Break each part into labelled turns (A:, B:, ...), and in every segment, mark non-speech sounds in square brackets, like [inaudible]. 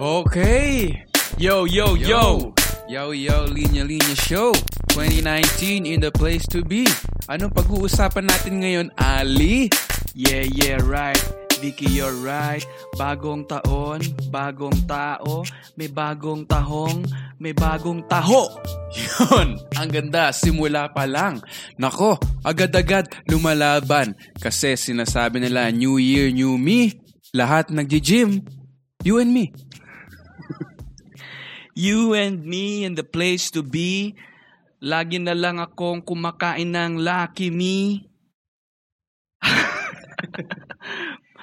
A: Okay. Yo, yo, yo. Yo, yo, Linya Linya Show. 2019 in the place to be. Anong pag-uusapan natin ngayon, Ali? Yeah, yeah, right. Vicky, you're right. Bagong taon, bagong tao, may bagong tahong, may bagong taho. Yun! Ang ganda, simula pa lang. Nako, agad-agad lumalaban. Kasi sinasabi nila, New Year, New Me. Lahat nagji-gym. You and me. You and me and the place to be. Lagi na lang akong kumakain ng Lucky Me.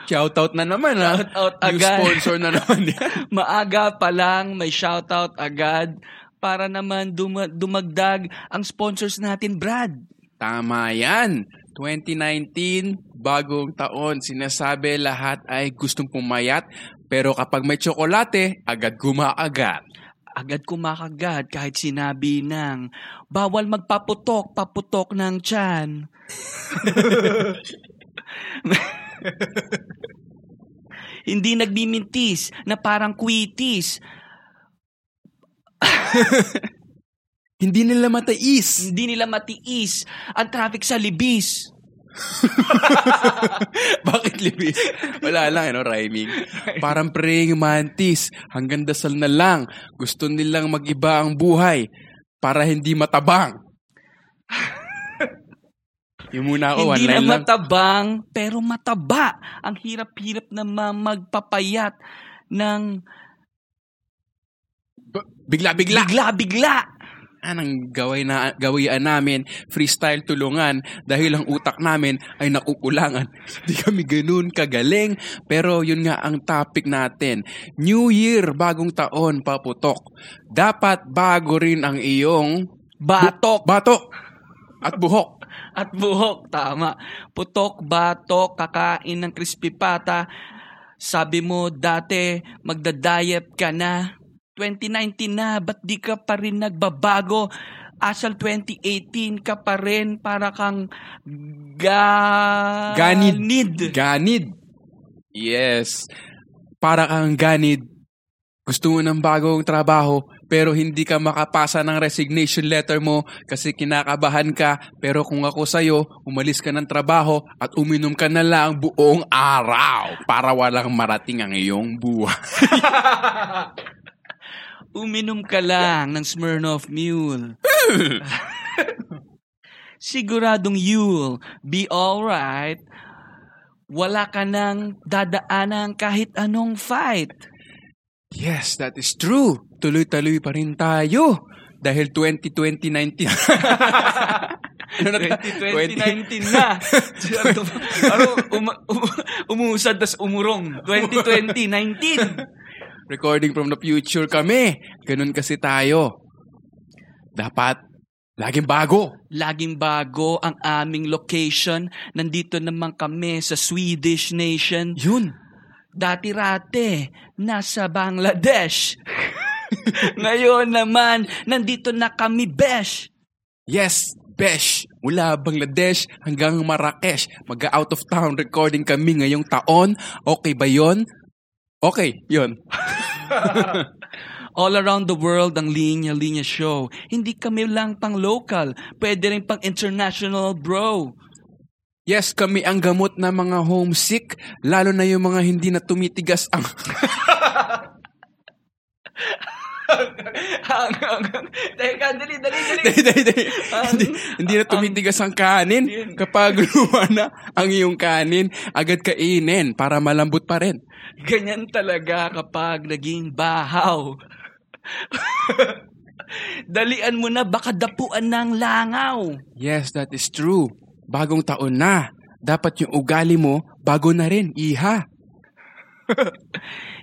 A: Shoutout na naman ha.
B: Shoutout
A: New
B: agad.
A: sponsor na naman [laughs] yan.
B: Maaga pa lang, may shoutout agad para naman duma- dumagdag ang sponsors natin, Brad.
A: Tama yan. 2019, bagong taon. Sinasabi lahat ay gustong pumayat. Pero kapag may tsokolate, agad gumaagat.
B: Agad kumakagat kahit sinabi ng bawal magpaputok, paputok ng tiyan. Hindi nagmimintis na parang kwitis.
A: Hindi nila matais.
B: [laughs] Hindi nila matiis ang traffic sa libis.
A: Bakit libis? Wala lang, ano, rhyming. Parang praying mantis. Hanggang dasal na lang. Gusto nilang mag-iba ang buhay para hindi
B: [laughs]
A: matabang. Yun muna ako, one
B: Hindi na
A: line Ah, lang.
B: matabang, pero mataba. Ang hirap-hirap na ma- magpapayat ng
A: Bigla-bigla.
B: bigla-bigla.
A: Anong gawin na gawian namin, freestyle tulungan dahil ang utak namin ay nakukulangan. [laughs] Hindi kami ganoon kagaling, pero yun nga ang topic natin. New Year, bagong taon, paputok. Dapat bago rin ang iyong
B: Batok
A: batok at buhok.
B: at buhok. Tama. Putok, batok, kakain ng crispy pata. Sabi mo dati, magda-diet ka na. 2019 na, ba't di ka pa rin nagbabago? Asal 2018 ka pa rin para kang ga...
A: Ganid.
B: Nid.
A: Ganid. Yes. Para kang ganid. Gusto mo ng bagong trabaho, pero hindi ka makapasa ng resignation letter mo kasi kinakabahan ka. Pero kung ako sa'yo, umalis ka ng trabaho at uminom ka na lang buong araw para walang marating ang iyong buhay.
B: Uminom ka lang ng Smirnoff Mule. Siguradong you'll be alright. Wala ka nang dadaanan kahit anong fight.
A: Yes, that is true. Tuloy-tuloy pa rin tayo. Dahil 2020-19. [laughs] ano na ta-
B: 2019 na. Parang um, um, umuusad tas umurong. 2020, 19.
A: recording from the future kami. Ganun kasi tayo. Dapat laging bago.
B: Laging bago ang aming location. Nandito naman kami sa Swedish nation.
A: Yun.
B: dati-rate nasa Bangladesh. [laughs] Ngayon naman, nandito na kami, Besh.
A: Yes, Besh. Mula Bangladesh hanggang Marrakesh. Mag-out of town recording kami ngayong taon. Okay ba yon? Okay, yon.
B: All around the world ang Linya Linya Show. Hindi kami lang pang local, pwede rin pang international, bro. [laughs]
A: Yes, kami ang gamot na mga homesick, lalo na yung mga hindi na tumitigas ang... [laughs]
B: Teka, dali, dali,
A: [laughs]
B: dali.
A: Dali, dali, dali. hindi, hindi na tumitigas ang kanin. Kapag luma na ang iyong kanin, agad kainin para malambot pa rin.
B: Ganyan talaga kapag naging bahaw. [laughs] Dalian mo na, baka dapuan ng langaw.
A: Yes, that is true. Bagong taon na. Dapat yung ugali mo, bago na rin, iha.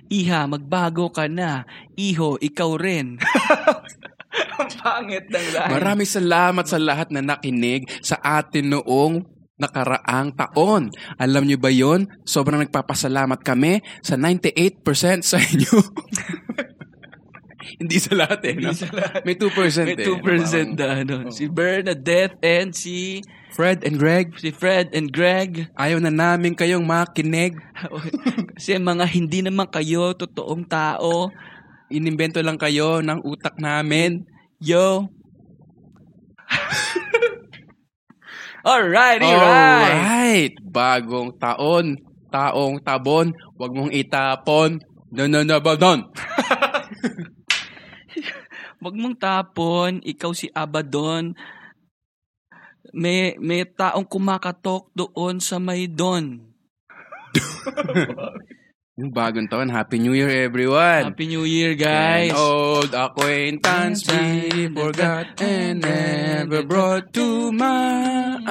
B: Iha, magbago ka na. Iho, ikaw rin. [laughs] Ang pangit ng line.
A: Maraming salamat sa lahat na nakinig sa atin noong nakaraang taon. Alam nyo ba yon? Sobrang nagpapasalamat kami sa 98% sa inyo. Hindi sa lahat eh. no?
B: Hindi sa lahat.
A: May 2%,
B: May 2%
A: eh.
B: na ano. Si Bernadette and si
A: Fred and Greg,
B: si Fred and Greg. [laughs]
A: ayaw na namin kayong makinig.
B: Kasi mga hindi naman kayo totoong tao.
A: Inimbento lang kayo ng utak namin.
B: [laughs] Yo. Alrighty, right.
A: Alright! Bagong taon, taong tabon, wag mong itapon. No, no, no, ba, don?
B: Huwag mong tapon, ikaw si Abaddon. May may taong kumakatok doon sa may don.
A: Yung bagong taon, Happy New Year everyone!
B: Happy New Year, guys.
A: An old acquaintance we forgot and never brought to mind.
B: [laughs]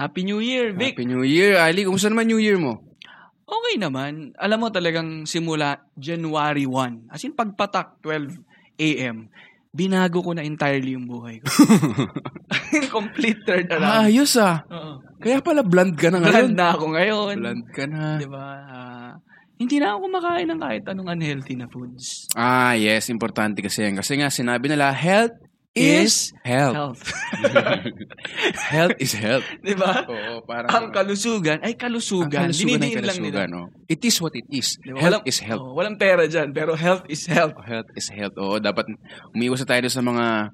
B: Happy New Year, Vic.
A: Happy New Year, Ali. Kumusta naman New Year mo?
B: Okay naman. Alam mo talagang simula January 1. As in pagpatak 12 a.m. Binago ko na entirely yung buhay ko. [laughs] Complete turnaround.
A: ayos ah.
B: Oo.
A: Kaya pala bland ka na
B: Bland na ako ngayon.
A: Bland ka na.
B: Di ba? Ah, hindi na ako kumakain ng kahit anong unhealthy na foods.
A: Ah, yes. Importante kasi yan. Kasi nga, sinabi nila, health is health.
B: Health.
A: [laughs]
B: [laughs]
A: Health is health.
B: Di ba?
A: Oo, Oh, parang... ano.
B: Ang kalusugan ay kalusugan.
A: ay
B: Dinidiin lang nila.
A: kalusugan, oh. It is what it is.
B: Di ba?
A: Health
B: Walang-
A: is health.
B: Oo, walang pera dyan, pero health is health.
A: Health is health. Oo, dapat umiwas na tayo sa mga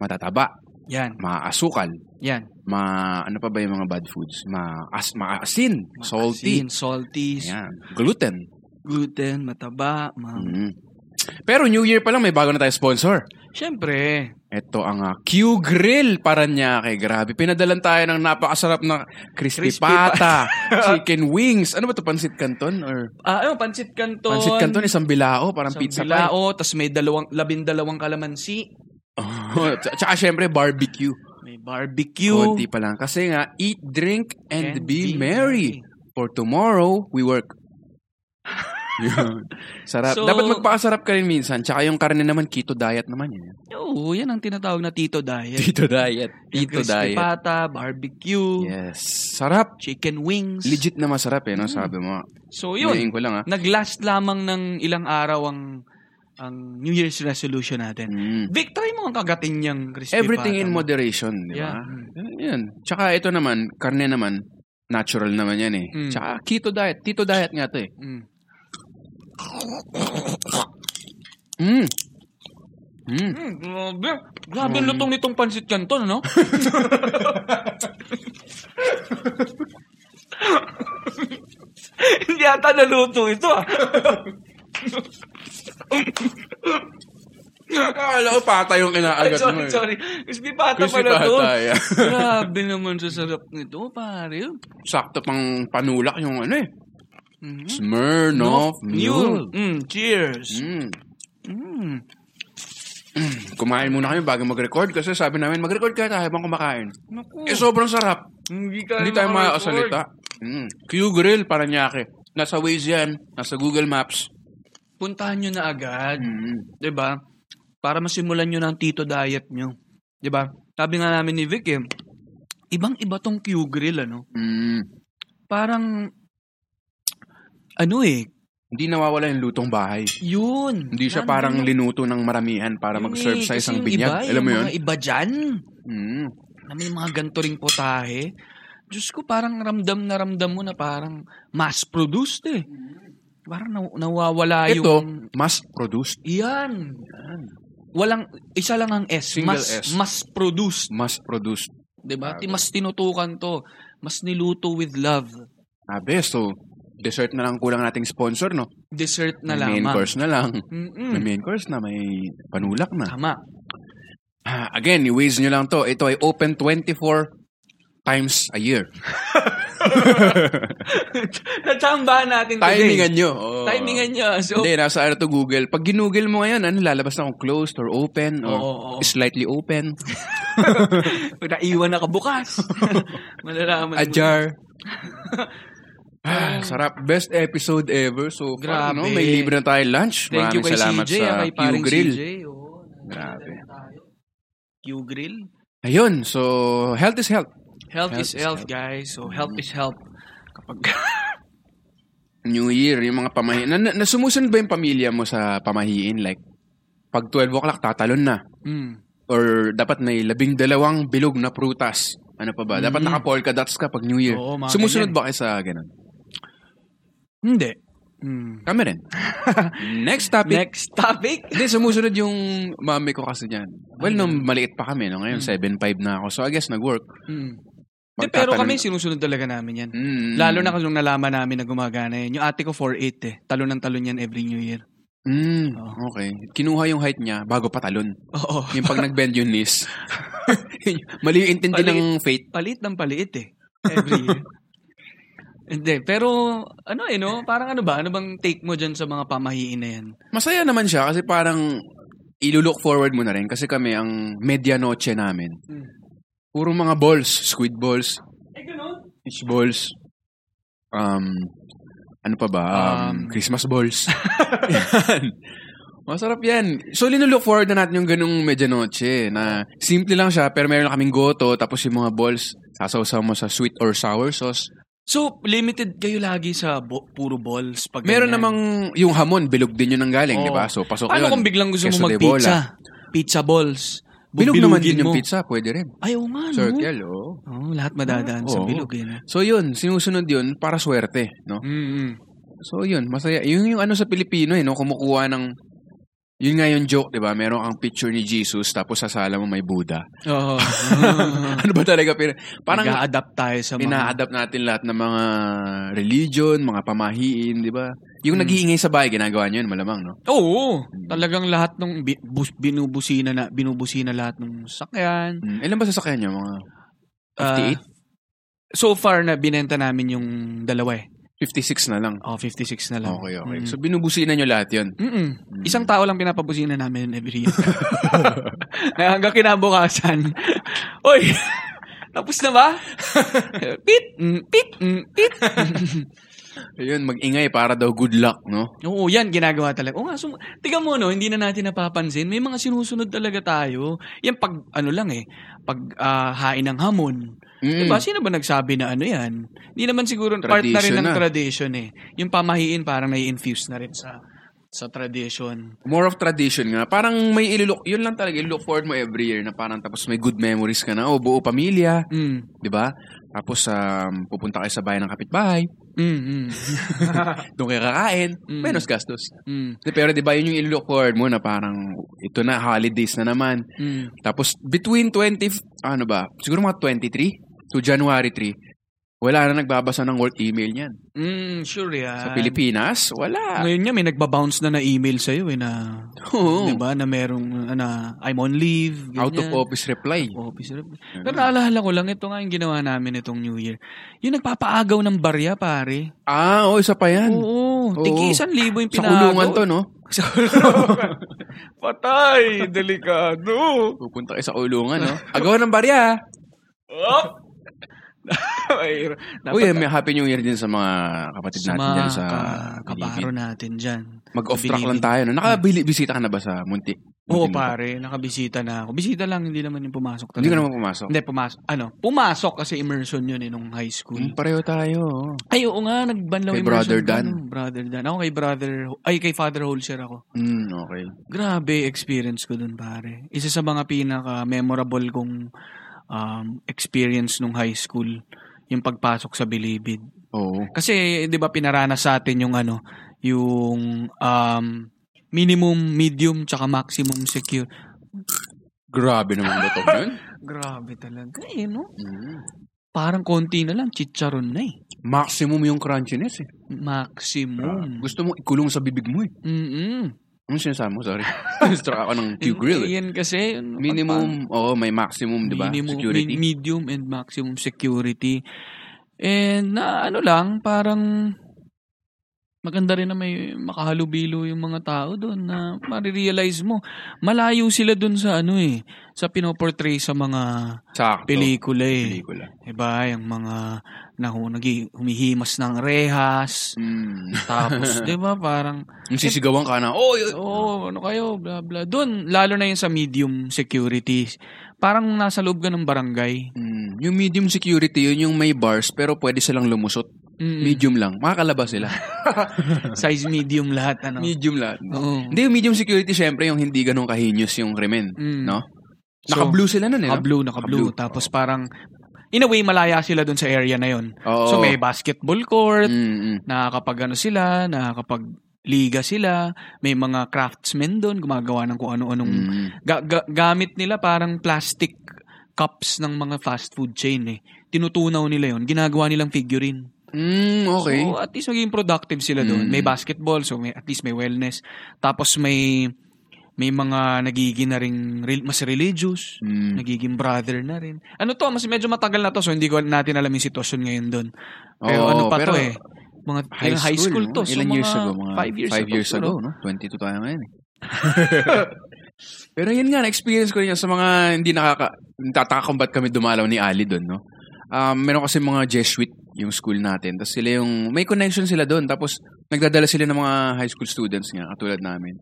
A: matataba,
B: Yan,
A: maasukal,
B: yan.
A: ma ano pa ba yung mga bad foods? Ma as maasin, salty,
B: Asin, salty,
A: Ayan. gluten.
B: gluten, mataba, ma...
A: Mm. Pero New Year pa lang may bago na tayo sponsor.
B: Siyempre,
A: Ito ang ah, Q Grill Paranaque. Grabe, pinadalan tayo ng napakasarap na crispy,
B: Crispy [laughs]
A: pata, chicken wings. Ano ba to pansit canton or
B: Ah, ano, pancit canton.
A: pansit canton isang bilao, parang
B: Isang
A: pizza eh. pie.
B: bilao, tas may dalawang, labindalawang kalamansi.
A: Oh, [laughs] t- tsaka syempre barbecue.
B: May barbecue.
A: Konti pa lang. Kasi nga, eat, drink, Oh, and,
B: And
A: be,
B: be
A: merry. For tomorrow, we
B: [laughs]
A: work. Yun. Sarap.
B: So-
A: Dapat magpakasarap ka rin minsan. Tsaka yung karne naman, keto diet naman yun.
B: Oo, yan ang tinatawag na tito
A: [laughs]
B: diet.
A: Keto diet. Keto
B: Crispy
A: diet.
B: pata, barbecue,
A: Yes. Sarap.
B: chicken wings.
A: Legit na masarap eh, no?
B: Mm.
A: Sabi mo.
B: So, yun.
A: Yun. ko lang ah.
B: Naglast lamang ng ilang araw ang ang New Year's resolution natin.
A: Mm.
B: Vic, try mo ang kagatin niyang crispy
A: Everything
B: pata
A: in
B: mo.
A: moderation, di
B: Yeah.
A: ba? Yun. Tsaka ito naman, karne naman, natural naman yan eh.
B: Mm.
A: Tsaka keto diet. Keto diet nga to eh.
B: Mm.
A: Mm. Mm.
B: Mm, grabe. Grabe ang lutong nitong pansit canton, no? Hindi ata naluto ito, ah.
A: [laughs] Akala ko pata yung
B: Ay,
A: inaagat mo
B: [laughs]
A: eh.
B: sorry, sorry. Crispy pata
A: Crispy
B: pala to.
A: pata, yeah. [laughs]
B: Grabe naman sa sarap nito, pare.
A: Sakto pang panulak yung ano eh.
B: Mhm.
A: Smirnoff Mule.
B: Mm, cheers.
A: Mm.
B: Mm.
A: Kumain muna kami bago mag-record kasi sabi namin mag-record ka tayo habang kumakain.
B: Naku,
A: Eh sobrang sarap.
B: hindi tayo,
A: Hindi tayo
B: makarecord.
A: makakasalita. Mm. Q-Grill, Paranaque. Nasa Waze yan. Nasa Google Maps.
B: Puntahan nyo na agad.
A: Mm.
B: 'di ba? Para masimulan niyo ng tito diet niyo, 'di ba? Sabi nga namin ni Vic, eh, ibang-iba tong Q grill ano.
A: Mm.
B: Parang ano eh,
A: Hindi nawawala yung lutong bahay.
B: yun.
A: Hindi siya
B: Nandun
A: parang
B: yung-
A: linuto ng maramihan para
B: yun
A: mag-serve
B: eh,
A: sa
B: kasi
A: isang
B: yung
A: binyag.
B: Iba,
A: Alam mo
B: yung
A: yun?
B: Mga iba dyan,
A: Mm.
B: na may mga ganito ring potahe. Diyos ko, parang ramdam na ramdam mo na parang mass-produced eh. Parang naw- nawawala
A: Ito,
B: Ah, yung...
A: mass produced.
B: Yan. Walang, isa lang ang S.
A: Single
B: mas,
A: S.
B: Mas produced.
A: Mass produced.
B: Diba?
A: Grabe.
B: Ti Mas tinutukan to. Mas niluto with love.
A: Sabi, so, dessert na lang kulang nating sponsor, no?
B: Dessert na
A: May
B: lamang.
A: main course Mm. na lang.
B: Mm-mm.
A: May main course na, may panulak na.
B: Tama. [laughs]
A: Ah, Again, i-waze nyo lang to. Ito ay open 24 times a year.
B: [laughs] Natambahan natin
A: Timingan nyo. Oo.
B: Timingan niya. So,
A: Hindi, nasa ano to Google. Pag ginugel mo ngayon, ano, lalabas na kung closed or open or
B: Oo, oo.
A: slightly open.
B: pag naiwan na ka bukas, [laughs] malalaman
A: A
B: mo. [laughs]
A: jar. Ah, sarap. Best episode ever so far.
B: Grabe.
A: No? May libre na tayo lunch.
B: Thank you
A: Maraming
B: kay
A: salamat
B: CJ,
A: sa
B: ah, kay paring Oh.
A: Q-Grill.
B: CJ. Oo.
A: Grabe.
B: Q-Grill?
A: Ayun, so health is health. Health
B: Health,
A: Mm-hmm.
B: is
A: is
B: health, guys. So, health is health. Kapag...
A: New Year, yung mga pamahiin. Na, na, nasumusunod ba yung pamilya mo sa pamahiin? Like, Pag 12 o'clock, tatalon na.
B: Mm.
A: Or dapat may labing dalawang bilog na prutas. Ano pa ba? Dapat
B: Mm.
A: naka polka dots ka pag New Year.
B: Oo, mga
A: Sumusunod
B: ganyan.
A: ba kayo sa ganun?
B: Hindi. Mm.
A: Kami
B: [laughs]
A: rin. Next topic.
B: Next topic.
A: Hindi, sumusunod yung mami ko kasi niyan. Well,
B: Mm.
A: nung maliit pa kami, no? ngayon 7'5 na ako. So, I guess nag-work.
B: Hindi, Mm. pero
A: Pagtatanong-
B: kami sinusunod talaga namin yan.
A: Mm.
B: Lalo na kasi nung nalaman namin na gumagana yan. Yung ate ko 4'8 eh. Talo ng talon yan every New Year. [laughs]
A: Mm,
B: Oo.
A: okay. Kinuha yung height niya bago patalon.
B: Oo.
A: Yung
B: [laughs]
A: pag nag-bend yung knees. [laughs] Mali yung intindi
B: Mali.
A: ng fate.
B: Palit ng palit eh. Every
A: [laughs]
B: year. Hindi, pero ano eh no? Parang ano ba? Ano bang take mo dyan sa mga pamahiin na yan?
A: Masaya naman siya kasi parang ilulook forward mo na rin kasi kami ang medianoche namin.
B: Mm.
A: Puro mga balls, squid balls,
B: Eh, ganun.
A: fish balls, um, ano pa ba? Um,
B: Um,
A: Christmas balls. [laughs] yan. Masarap yan. So, linulook forward na natin yung ganung medianoche na simple lang siya pero meron kaming goto tapos yung mga balls sasaw mo sa sweet or sour sauce.
B: So, limited kayo lagi sa bo- puro balls? Pag
A: Meron
B: ganyan?
A: namang yung hamon, bilog din yun ang galing,
B: Oo.
A: di ba? So, pasok
B: Paano
A: yun.
B: kung biglang gusto
A: Queso
B: mo
A: de
B: mag-pizza? Pizza balls.
A: Bilog naman
B: Bubilugin
A: din yung
B: mo. Mhm.
A: pizza, pwede rin.
B: Ayaw nga, no?
A: Circle, oo.
B: Oo, lahat madadaan sa
A: Oo.
B: bilog eh. no?
A: So yun, sinusunod yun para swerte, no?
B: Mm-mm.
A: So yun, masaya. Yung, yung ano sa Pilipino, eh, no? kumukuha ng... Yun nga yung joke, di ba? Meron kang picture ni Jesus, tapos sa sala mo may Buddha.
B: Oo. Mm-hmm.
A: ano ba talaga? Pero, [laughs] parang
B: Nag-a-adapt tayo sa mga...
A: ina-adapt natin lahat ng mga religion, mga pamahiin, di ba? Yung
B: Mm.
A: nag-iingay sa bahay, ginagawa niyo yun, malamang, no?
B: Oo. Talagang lahat ng bi- bus- binubusina na, binubusina lahat ng sakyan.
A: Mm. Ilan ba sasakyan niyo? Mga
B: Ah, so far na binenta namin yung dalawa eh.
A: 56 na lang.
B: Oh, 56 na lang.
A: Okay, okay.
B: Mm.
A: So, binubusinan niyo lahat yun.
B: Mm-mm.
A: Mm.
B: Isang tao lang pinapabusina namin every year. [laughs] Na Hanggang kinabukasan. [laughs] Oy! [laughs] Tapos na
A: [laughs]
B: ba? pit! mm, Pit! mm, Pit! [laughs]
A: Ayun, mag-ingay para daw good luck, no?
B: Oo, yan, ginagawa talaga. Oo nga, sum- tiga mo, no, hindi na natin napapansin. May mga sinusunod talaga tayo. Yan, pag, ano lang eh, pag ah, hain ng hamon.
A: Mm.
B: Diba, sino ba nagsabi na ano yan? Hindi naman siguro part na rin
A: Tradition
B: ng
A: na.
B: tradition eh. Yung pamahiin parang nai-infuse na rin sa sa tradition.
A: More of tradition nga. Parang may ilulok, yun lang talaga, ilulok forward mo every year na parang tapos may good memories ka na, oh, buo pamilya,
B: Mm.
A: di ba? Tapos um, pupunta kayo sa bahay ng kapitbahay,
B: Mm, mm, [laughs]
A: doon kayo kakain,
B: Mm.
A: menos gastos.
B: mm,
A: Di- Pero di ba yun yung ilulok forward mo na parang ito na, holidays na naman.
B: mm.
A: Tapos between 20, ano ba, siguro mga 23 to January 3, wala na nagbabasa ng work email niyan.
B: Mm, sure yan.
A: Sa Ah. Pilipinas, wala.
B: Ngayon nga, may nagbabounce na na email sa'yo eh na,
A: Oo.
B: di ba, na merong, ah, na, I'm on leave.
A: Oh. Out of
B: ganyan.
A: office Mm. reply.
B: Office rep. Pero naalala ko lang, ito nga yung ginawa namin itong New Year. Yung nagpapaagaw ng barya, pare.
A: Ah, oo, isa pa yan.
B: Oo,
A: Oo.
B: tigi isang libo yung
A: Sa
B: pinaagaw.
A: kulungan to, no?
B: [laughs] Sa kulungan. Patay, delikado.
A: Pupunta kayo sa kulungan,
B: [laughs]
A: no? Agawan ng barya.
B: Up. [laughs] Ay, dapat
A: Uy, eh, may happy new year din sa mga kapatid
B: sa
A: natin
B: mga
A: dyan sa
B: ka-
A: Pilipin.
B: kaparo natin dyan.
A: Mag-off track
B: Bilibid.
A: lang tayo, no? Nakabisita ka na ba sa Munti?
B: Oo,
A: Muntinlupa?
B: pare, nakabisita na ako. Bisita lang, hindi naman yung pumasok talaga.
A: Hindi ka naman pumasok.
B: Hindi, pumasok. Ano, pumasok kasi immersion yun eh, nung high school.
A: Hmm, pareho tayo. oh.
B: Ay, oo nga, nagbanlaw
A: Kay
B: immersion
A: Brother
B: ko,
A: Dan.
B: ano, brother Dan. Ako kay brother, ay kay father Holzer ako.
A: Hmm, okay.
B: Grabe experience ko dun, pare. Isa sa mga pinaka-memorable kong um, experience nung high school, yung pagpasok sa Bilibid.
A: Oo.
B: Kasi, di ba, pinaranas sa atin yung ano, yung um, minimum, medium, tsaka maximum secure.
A: Grabe naman ba ito yun?
B: Grabe talaga eh, no?
A: Hmm.
B: Parang konti na lang, chicharon na eh.
A: Maximum yung crunchiness, eh. Ah,
B: Maximum.
A: Gusto mo ikulong sa bibig mo, eh.
B: Mm-mm.
A: Anong sinasabi mo?
B: [laughs]
A: Sorry. Gusto ako ng Q-grill, eh.
B: Yan kasi. yun, ano,
A: Minimum, oo, may maximum, di ba?
B: minimum,
A: Security.
B: min- medium and maximum security. And na ano lang, parang maganda rin na may makahalubilo yung mga tao doon na marirealize mo. Malayo sila doon sa ano eh, sa pinoportray sa mga
A: Sakto.
B: pelikula eh.
A: Pelikula.
B: Diba? Yung mga nahu, nag- humihimas ng rehas.
A: Hmm. [laughs]
B: Tapos, di ba, parang,
A: Yung sisigawan ka na, oh,
B: Oo, ano kayo, bla bla. Doon, lalo na yung sa medium security. Parang nasa loob ka ng barangay.
A: Hmm. Mm, yung medium security, yun yung may bars, pero pwede silang lumusot.
B: Mm.
A: Medium lang. Makakalabas sila.
B: Size medium lahat, ano?
A: Medium lahat.
B: Oo.
A: Hindi, yung medium security, syempre, yung hindi ganun kahinyos yung krimen.
B: Mm.
A: No?
B: So,
A: Naka-blue sila nun, eh. no?
B: Naka-blue, naka-blue.
A: Naka-blue.
B: Tapos parang, in a way, malaya sila dun sa area na yon.
A: Oo.
B: So may basketball
A: Oh.
B: court,
A: Mm, mm.
B: nakakapag ano sila, nakakapag liga sila, may mga craftsmen doon, gumagawa ng kung ano-anong
A: Mm.
B: Ga- ga- gamit nila parang plastic cups ng mga fast food chain eh. Tinutunaw nila yon ginagawa nilang figurine.
A: Mm, okay.
B: So, at least maging productive sila doon.
A: Mm.
B: May basketball, so may, at least may wellness. Tapos may may mga nagiging na rin rel- mas religious,
A: Mm.
B: nagiging brother na rin. Ano to, mas medyo matagal na to, so hindi ko natin alam yung sitwasyon ngayon doon. Pero
A: Oo,
B: ano pa
A: pero
B: to eh, mga high, high school,
A: no?
B: to. So,
A: Ilan
B: mga
A: years ago? Mga
B: five years ago.
A: years
B: siguro.
A: ago, no? 22 tayo ngayon eh. [laughs] Pero yun nga, na-experience ko rin yan sa mga hindi nakaka... Tataka kung ba't kami dumalaw ni Ali doon, no? Um, meron kasi mga Jesuit yung school natin. Tapos sila yung... May connection sila doon. Tapos nagdadala sila ng mga high school students nga, katulad namin.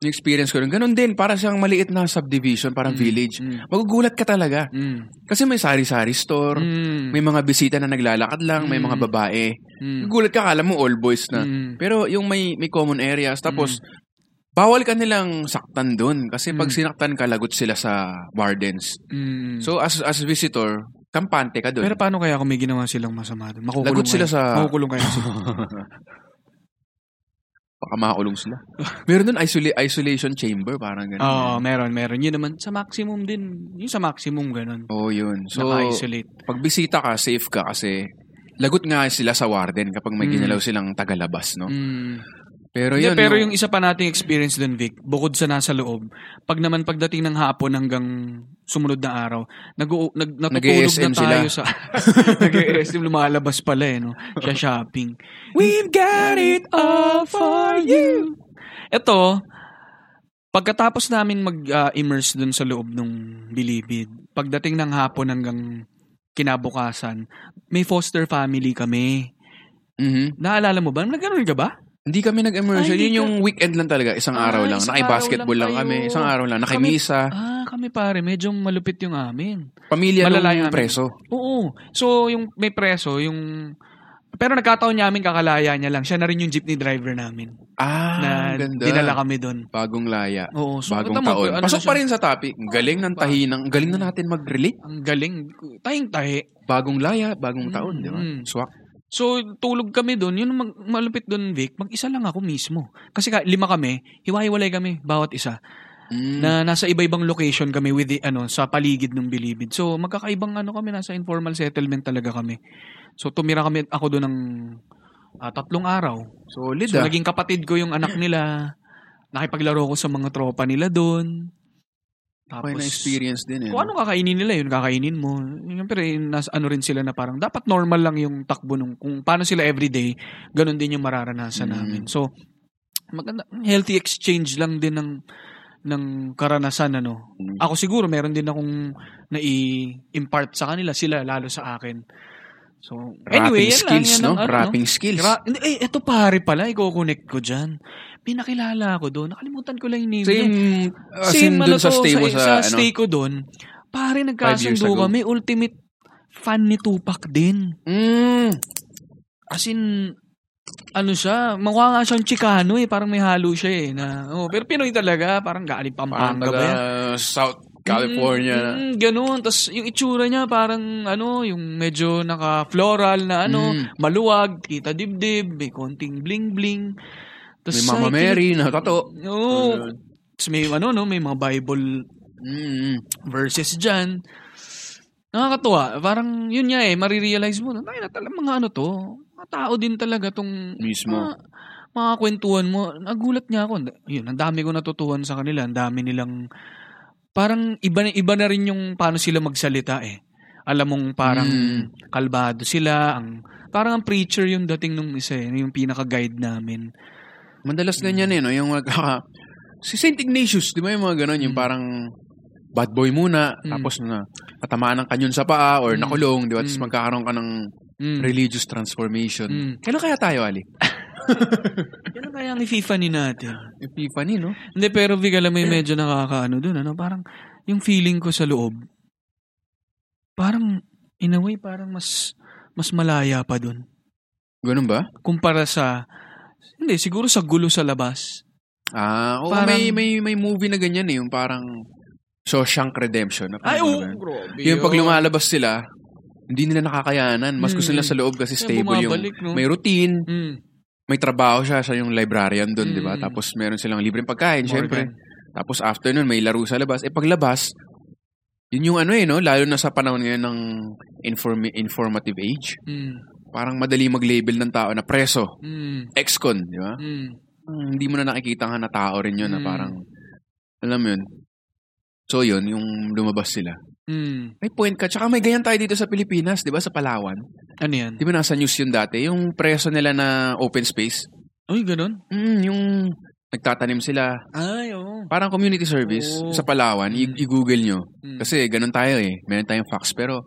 A: Yung experience ko rin. Ganun din, para siyang maliit na subdivision, parang village.
B: mm.
A: Magugulat ka talaga.
B: Mm.
A: Kasi may sari-sari store.
B: Mm.
A: May mga bisita na naglalakad lang. May mga
B: Mm.
A: babae.
B: Mm.
A: Gulat ka, kala mo all boys na.
B: Mm.
A: Pero yung may may common areas tapos bawal ka nilang saktan doon kasi pag
B: Mm.
A: sinaktan ka lagot sila sa wardens.
B: Mm.
A: So as as visitor, kampante ka
B: Pero
A: doon.
B: paano kaya kung may ginawa silang masama doon? Makukulong
A: Lagot sila
B: kayo.
A: sa-
B: Makukulong kayo sila.
A: [laughs] Baka makakulong sila. Meron doon isola- isolation chamber parang ganun.
B: Oo, meron, meron. Yun naman, sa maximum din. Yung sa maximum, ganun.
A: Oh, yun. So
B: Naka-isolate.
A: pag bisita ka, safe ka kasi lagot nga sila sa warden kapag may
B: Mm.
A: ginalaw silang tagalabas, no?
B: Mm.
A: Pero
B: Hindi,
A: yun.
B: pero yung isa pa nating experience doon, Vic, bukod sa nasa loob, pag naman pagdating ng hapon hanggang sumunod na araw, nag, nag natutulog
A: Nag-ASM
B: na tayo sa... [laughs] Nag-ASM, lumalabas pala eh, no? Siya shopping.
A: we've got it all for you.
B: Eto, pagkatapos namin mag-immerse dun sa loob ng bilibid, pagdating ng hapon hanggang kinabukasan, may foster family kami.
A: Mhm.
B: Naalala mo ba? Nagkaroon ka ba?
A: Hindi kami nag-immersion.
B: Ay,
A: Yun
B: hindi
A: yung weekend lang talaga. Isang
B: Ah,
A: araw lang.
B: isang
A: Naki-basketball
B: araw
A: lang,
B: lang
A: kami.
B: kayo.
A: Isang araw lang. Nakimisa.
B: Ah, kami pare, medyo malupit yung amin.
A: Pamilya
B: Malala
A: ng
B: yung amin.
A: preso.
B: Oo. So, yung may preso, yung... Pero nagkataon niya amin, kakalaya niya lang. Siya na rin yung jeepney driver namin.
A: Ah,
B: Na
A: ang ganda.
B: dinala kami doon.
A: Bagong laya.
B: Oo. So,
A: Bagong
B: kita mo,
A: taon.
B: ano
A: Pasok
B: siya? Mm.
A: pa rin sa topic. Ang Galing ng tahinang. ang Galing na natin mag-relate.
B: Ang galing. Tayong-tahi.
A: Bagong laya, bagong taon, di ba?
B: Mm.
A: Swak.
B: So, tulog kami doon. Yun, ang mag, malupit doon, Vic. Mag-isa lang ako mismo. Kasi ka, lima kami, hiwa-hiwalay kami, bawat isa.
A: Mm.
B: Na nasa iba-ibang location kami with the, ano, sa paligid ng Bilibid. So, magkakaibang ano kami, nasa informal settlement talaga kami. So, tumira kami ako doon ng ah, tatlong araw.
A: Solid,
B: So,
A: ah.
B: naging kapatid ko yung anak nila. Nakipaglaro ko sa mga tropa nila doon.
A: Okay
B: Tapos,
A: na experience din, eh.
B: kung ano kakainin nila, yun kakainin mo. Siyempre, nas, ano rin sila na parang dapat normal lang yung takbo nung kung paano sila everyday, ganun din yung mararanasan
A: Mm.
B: namin. So, maganda, healthy exchange lang din ng ng karanasan ano.
A: Mm.
B: Ako siguro meron din akong nai-impart sa kanila, sila lalo sa akin. So, anyway,
A: Rapping
B: yan
A: skills,
B: lang, yan
A: no?
B: ang ano,
A: Rapping skills.
B: Ra- hindi, eh, eto pare pala, i-connect ko dyan. May nakilala ako doon. Nakalimutan ko lang yung name niya.
A: Same, as in,
B: Same,
A: dun
B: ano
A: sa
B: to,
A: stay mo sa, ano?
B: stay ko doon. Pare,
A: years
B: nagkasundo
A: ago.
B: kami. Ultimate fan ni Tupac din.
A: Mm.
B: As in, ano siya, mukha nga siyang Chicano eh. Parang may halo siya eh. Na, oh, pero Pinoy talaga. Parang galing
A: Parang
B: Pampanga ba
A: taga
B: yan?
A: South California. na.
B: Mm, mm, ganun. Tapos yung itsura niya parang ano, yung medyo naka-floral na ano,
A: Mm.
B: maluwag, kita dibdib, may konting bling-bling. Tas,
A: May Mama
B: ay,
A: Mary na tato.
B: Oo. Tas may ano, no, may mga Bible
A: Mm.
B: verses dyan. Nakakatuwa. Parang yun nga eh, marirealize mo. Ay, natala, mga ano to. Mga tao din talaga tong
A: Mismo.
B: mga, mga kwentuhan mo. Nagulat niya ako. Yun, ang dami ko natutuhan sa kanila. Ang dami nilang, parang iba, na- iba na rin yung paano sila magsalita eh. Alam mong parang
A: Mm.
B: kalbado sila. Ang, parang ang preacher yung dating nung isa eh. Yung pinaka-guide namin.
A: Madalas ganyan eh, no? Yung magkaka... [laughs] Si St. Ignatius, di ba yung mga ganon? Yung
B: Mm.
A: parang bad boy muna,
B: Mm.
A: tapos na natamaan ng kanyon sa paa or
B: Mm.
A: nakulong, di ba? Tapos
B: Mm.
A: magkakaroon ka ng
B: Mm.
A: religious transformation.
B: Mm.
A: Kailan kaya tayo, Ali?
B: Yan ang kaya ang ififani natin.
A: Epiphany, no?
B: Hindi, pero Vic, alam mo yung medyo nakakaano dun, ano, parang yung feeling ko sa loob, parang, in a way, parang mas, mas malaya pa dun.
A: Ganun ba?
B: kumpara sa hindi siguro sa gulo sa labas.
A: Ah, oo,
B: Parang-
A: may, may, may movie na ganyan eh. Yung parang Shawshank Redemption. Na parang
B: Ay, oo,
A: ganun.
B: grabe.
A: Yung pag lumalabas sila, hindi nila nakakayanan. Mas gusto
B: Hmm.
A: nila sa loob kasi
B: Kaya
A: stable yung
B: bumabalik, no?
A: may routine,
B: Mm.
A: may trabaho siya, siya yung librarian doon, di ba?
B: Mm.
A: Tapos meron silang libreng pagkain,
B: Morgan.
A: syempre. Tapos after nun, may laro sa labas. Eh paglabas, yun yung ano eh, no? Lalo na sa panahon ngayon ng inform- informative age.
B: Mm.
A: Parang madali mag-label ng tao na preso,
B: Mm.
A: ex-con, di ba?
B: Mm.
A: Hmm, hindi mo na nakikita nga na tao rin yun na
B: Mm.
A: parang, alam mo yun. So yun, yung lumabas sila.
B: Mm.
A: May point ka. Tsaka may ganyan tayo dito sa Pilipinas, di ba? Sa Palawan.
B: Ano yan?
A: Di ba nasa news yun dati? Yung preso nila na open space.
B: Uy, ganun?
A: Mm, yung nagtatanim sila.
B: Ay, oo.
A: Parang community service
B: Oo.
A: sa Palawan. I-
B: Mm.
A: I-google nyo.
B: Mm.
A: Kasi ganun tayo eh. Meron tayong facts. Pero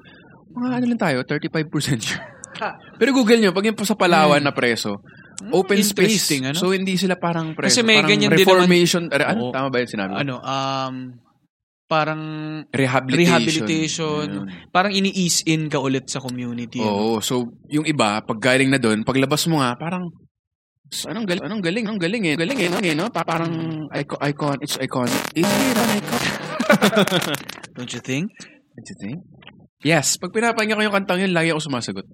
A: mga ano lang tayo, 35% sure.
B: Ah.
A: Pero google nyo, pag yung sa Palawan na preso,
B: Mm,
A: open space.
B: interesting, ano?
A: So hindi sila parang preso.
B: Kasi may
A: parang
B: ganyan din
A: reformation. Din ano,
B: Oo.
A: tama ba yun sinabi? ko?
B: ano, um, parang,
A: Rehabilitation.
B: Rehabilitation.
A: Ganun.
B: parang ini-ease in ka ulit sa community.
A: Oo,
B: ano?
A: so yung iba, pag galing na doon, paglabas mo nga, parang, "S- anong galing, anong galing, anong galing eh, galing eh, ano eh, no? Pa- parang,
B: Mm.
A: icon, icon, it's icon, it's ironic.
B: Don't you think?
A: Don't you think? Yes, pag pinapakinggan ko yung kantang yun, lagi ako sumasagot.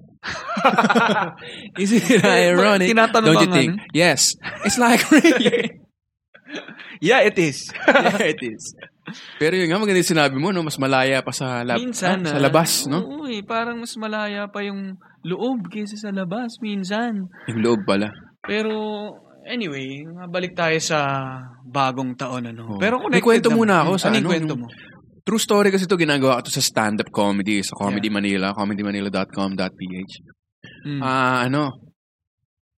A: Is [laughs] it ironic?
B: Tinatanong
A: Don't
B: ka
A: you
B: nga,
A: think?
B: no?
A: Yes. It's like [laughs]
B: [laughs]
A: really.
B: Yeah, it [laughs] is.
A: yeah, it is. Pero yun nga, maganda yung sinabi mo, no? mas malaya pa sa, lab,
B: minsan,
A: ah, sa
B: ah,
A: labas, no?
B: Oo, eh, parang mas malaya pa yung loob kaysa sa labas minsan.
A: Yung loob pala.
B: Pero, anyway, balik tayo sa bagong taon, ano.
A: Oo.
B: Pero
A: May
B: connected
A: kwento
B: naman.
A: Oh. muna ako sa
B: Anong
A: ano,
B: kwento
A: nung-
B: mo?
A: True story kasi to ginagawa ko to sa stand-up comedy sa Comedy Manila, comedymanila.com.ph.
B: Mm.
A: Ah, ano?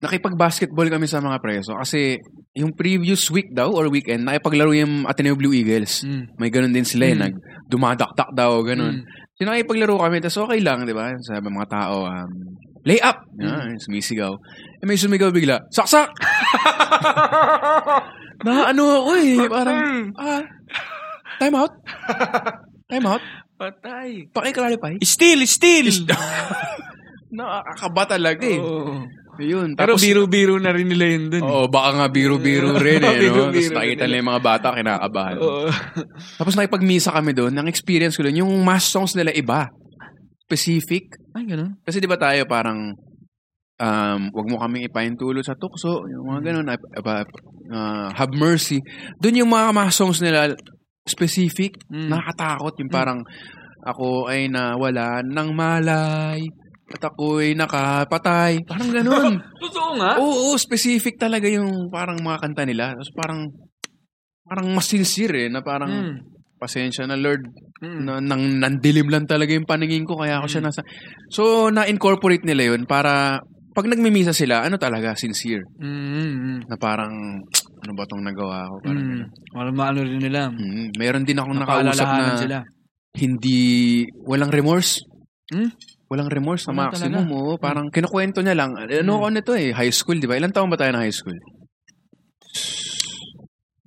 A: Nakipag-basketball kami sa mga preso kasi yung previous week daw or weekend, nakipaglaro yung Ateneo Blue Eagles.
B: Mm.
A: May ganun din sila, eh,
B: Mm.
A: nag dumadaktak daw, ganun.
B: Hmm.
A: So, nakipaglaro kami, tapos okay lang, di ba? Sabi ng mga tao, um, lay up!
B: Hmm.
A: Yan, sumisigaw. Eh, may sumigaw bigla,
B: [laughs]
A: saksak! na ano ako eh, parang, ah, time out? time out?
B: Patay.
A: Pakiklarify?
B: Still, [laughs] still!
A: [laughs] Nakakaba talaga eh.
B: Oo.
A: Yun,
B: Pero
A: tapos-
B: biro-biro na rin nila yun dun. eh.
A: Oo, baka nga
B: [laughs]
A: biro-biro rin eh. No?
B: Biro-biro
A: Tapos
B: rin
A: nakita nila yung mga bata, kinakabahan.
B: Oo.
A: Tapos nakipag-misa kami doon, nang experience ko doon, yung mass songs nila iba. Specific.
B: Ay, ganun.
A: Kasi di ba tayo parang, um, wag mo kaming ipahintulo sa tukso, yung
B: Mm.
A: mga ganun, ab- ab- ah, have mercy. Doon yung mga mass songs nila, specific,
B: Mm.
A: nakakatakot. Yung parang, ako ay nawala ng malay, at ako'y nakapatay. Parang
B: [laughs]
A: ganun.
B: Totoo nga.
A: Oo, oo, specific talaga yung parang mga kanta nila. Tapos parang, parang mas sincere eh, na parang,
B: Mm.
A: pasensya na Lord,
B: Mm.
A: na, nang, nandilim lang talaga yung paningin ko, kaya ako siya nasa... So, na-incorporate nila yun para, pag nagmimisa sila, ano talaga, sincere.
B: Mm, mm,
A: Na parang, ano ba tong nagawa ko?
B: mm.
A: Parang
B: Mm. Walang maano rin nila.
A: ganun. Mm, Meron din akong nakausap na
B: Napaalalahanan sila.
A: hindi, walang remorse.
B: Hmm?
A: Walang remorse sa
B: Wala
A: maximum. oo. parang kinukwento niya lang. Ano
B: Hmm.
A: ako nito eh, high school, di ba? Ilan taon ba tayo na high school?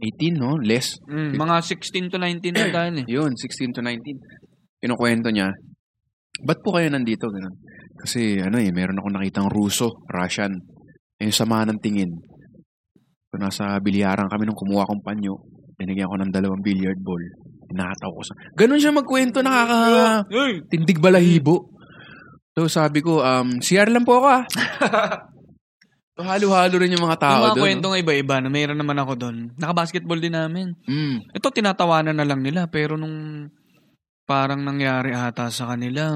A: 18, no? Less.
B: Mm, mga 16 to 19 na tayo eh.
A: Yun, 16 to 19. Kinukwento niya. Ba't po kayo nandito? Ganun. Kasi ano eh, meron akong nakitang Ruso, Russian. Eh, yung sama ng tingin. So, nasa bilyaran kami nung kumuha akong panyo. Binigyan ko ng dalawang billiard ball. Tinataw ko sa... Ganun siya magkwento, nakaka...
B: Uy!
A: Tindig balahibo. So sabi ko, um, CR lang po ako ah. [laughs] so, halo-halo rin yung mga
B: Yung
A: tao
B: mga
A: doon.
B: kwento nga iba-iba na mayroon naman ako doon. Nakabasketball din namin.
A: no? Mm.
B: Ito, tinatawanan na lang nila. Pero nung parang nangyari ata sa kanila,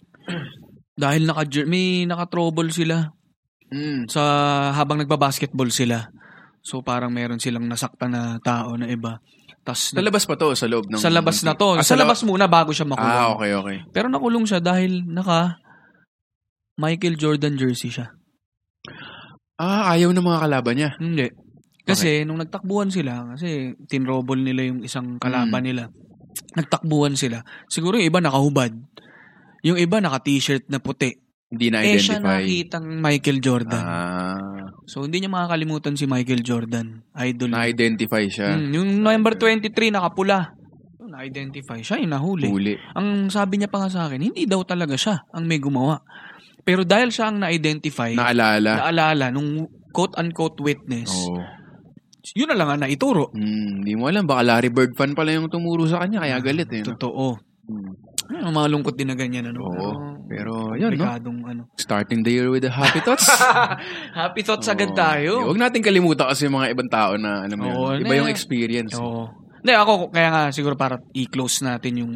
B: [clears throat] dahil naka, may naka-trouble sila
A: Mm.
B: sa habang nagba-basketball sila. So parang meron silang nasaktan na tao na iba. Tas
A: Sa labas pa to, sa loob ng...
B: sa labas na to.
A: Ah,
B: sa, labas muna bago siya
A: la-
B: makulong.
A: Ah, okay, okay.
B: Pero nakulong siya dahil naka Michael Jordan jersey siya.
A: Ah, ayaw ng mga kalaban niya.
B: Hindi. Kasi nung nagtakbuhan sila, kasi tinrobol nila yung isang kalaban
A: Mm.
B: nila. Nagtakbuhan sila. Siguro yung iba nakahubad. Yung iba naka-t-shirt na puti.
A: Hindi
B: Eh siya
A: na-identify.
B: nakitang Michael Jordan.
A: ah,
B: So hindi niya makakalimutan si Michael Jordan. Idol. niya.
A: na-identify siya.
B: Mm, yung November 23 nakapula. So, Na-identify siya, yung nahuli.
A: Huli.
B: Ang sabi niya pa nga sa akin, hindi daw talaga siya ang may gumawa. Pero dahil siya ang na-identify,
A: Naalala.
B: naalala nung quote-unquote witness,
A: Ah. Oo.
B: yun na lang ang naituro.
A: Hmm, di mo alam. Baka Larry Bird fan pala yung tumuro sa kanya,
B: Ah,
A: kaya galit eh. No?
B: Totoo.
A: Hmm.
B: Ang mga lungkot din na ganyan. Ano?
A: Oo.
B: Pero,
A: Pero, yun, no?
B: delikadong ano.
A: Starting the year with the happy
B: [laughs]
A: thoughts.
B: Happy thoughts
A: Oo.
B: agad
A: Eh,
B: tayo.
A: Huwag natin kalimutan kasi yung mga ibang tao na, alam mo
B: Oo,
A: yun,
B: na
A: iba yung
B: yan.
A: experience.
B: Oo. Hindi, ako, kaya nga siguro para i-close natin yung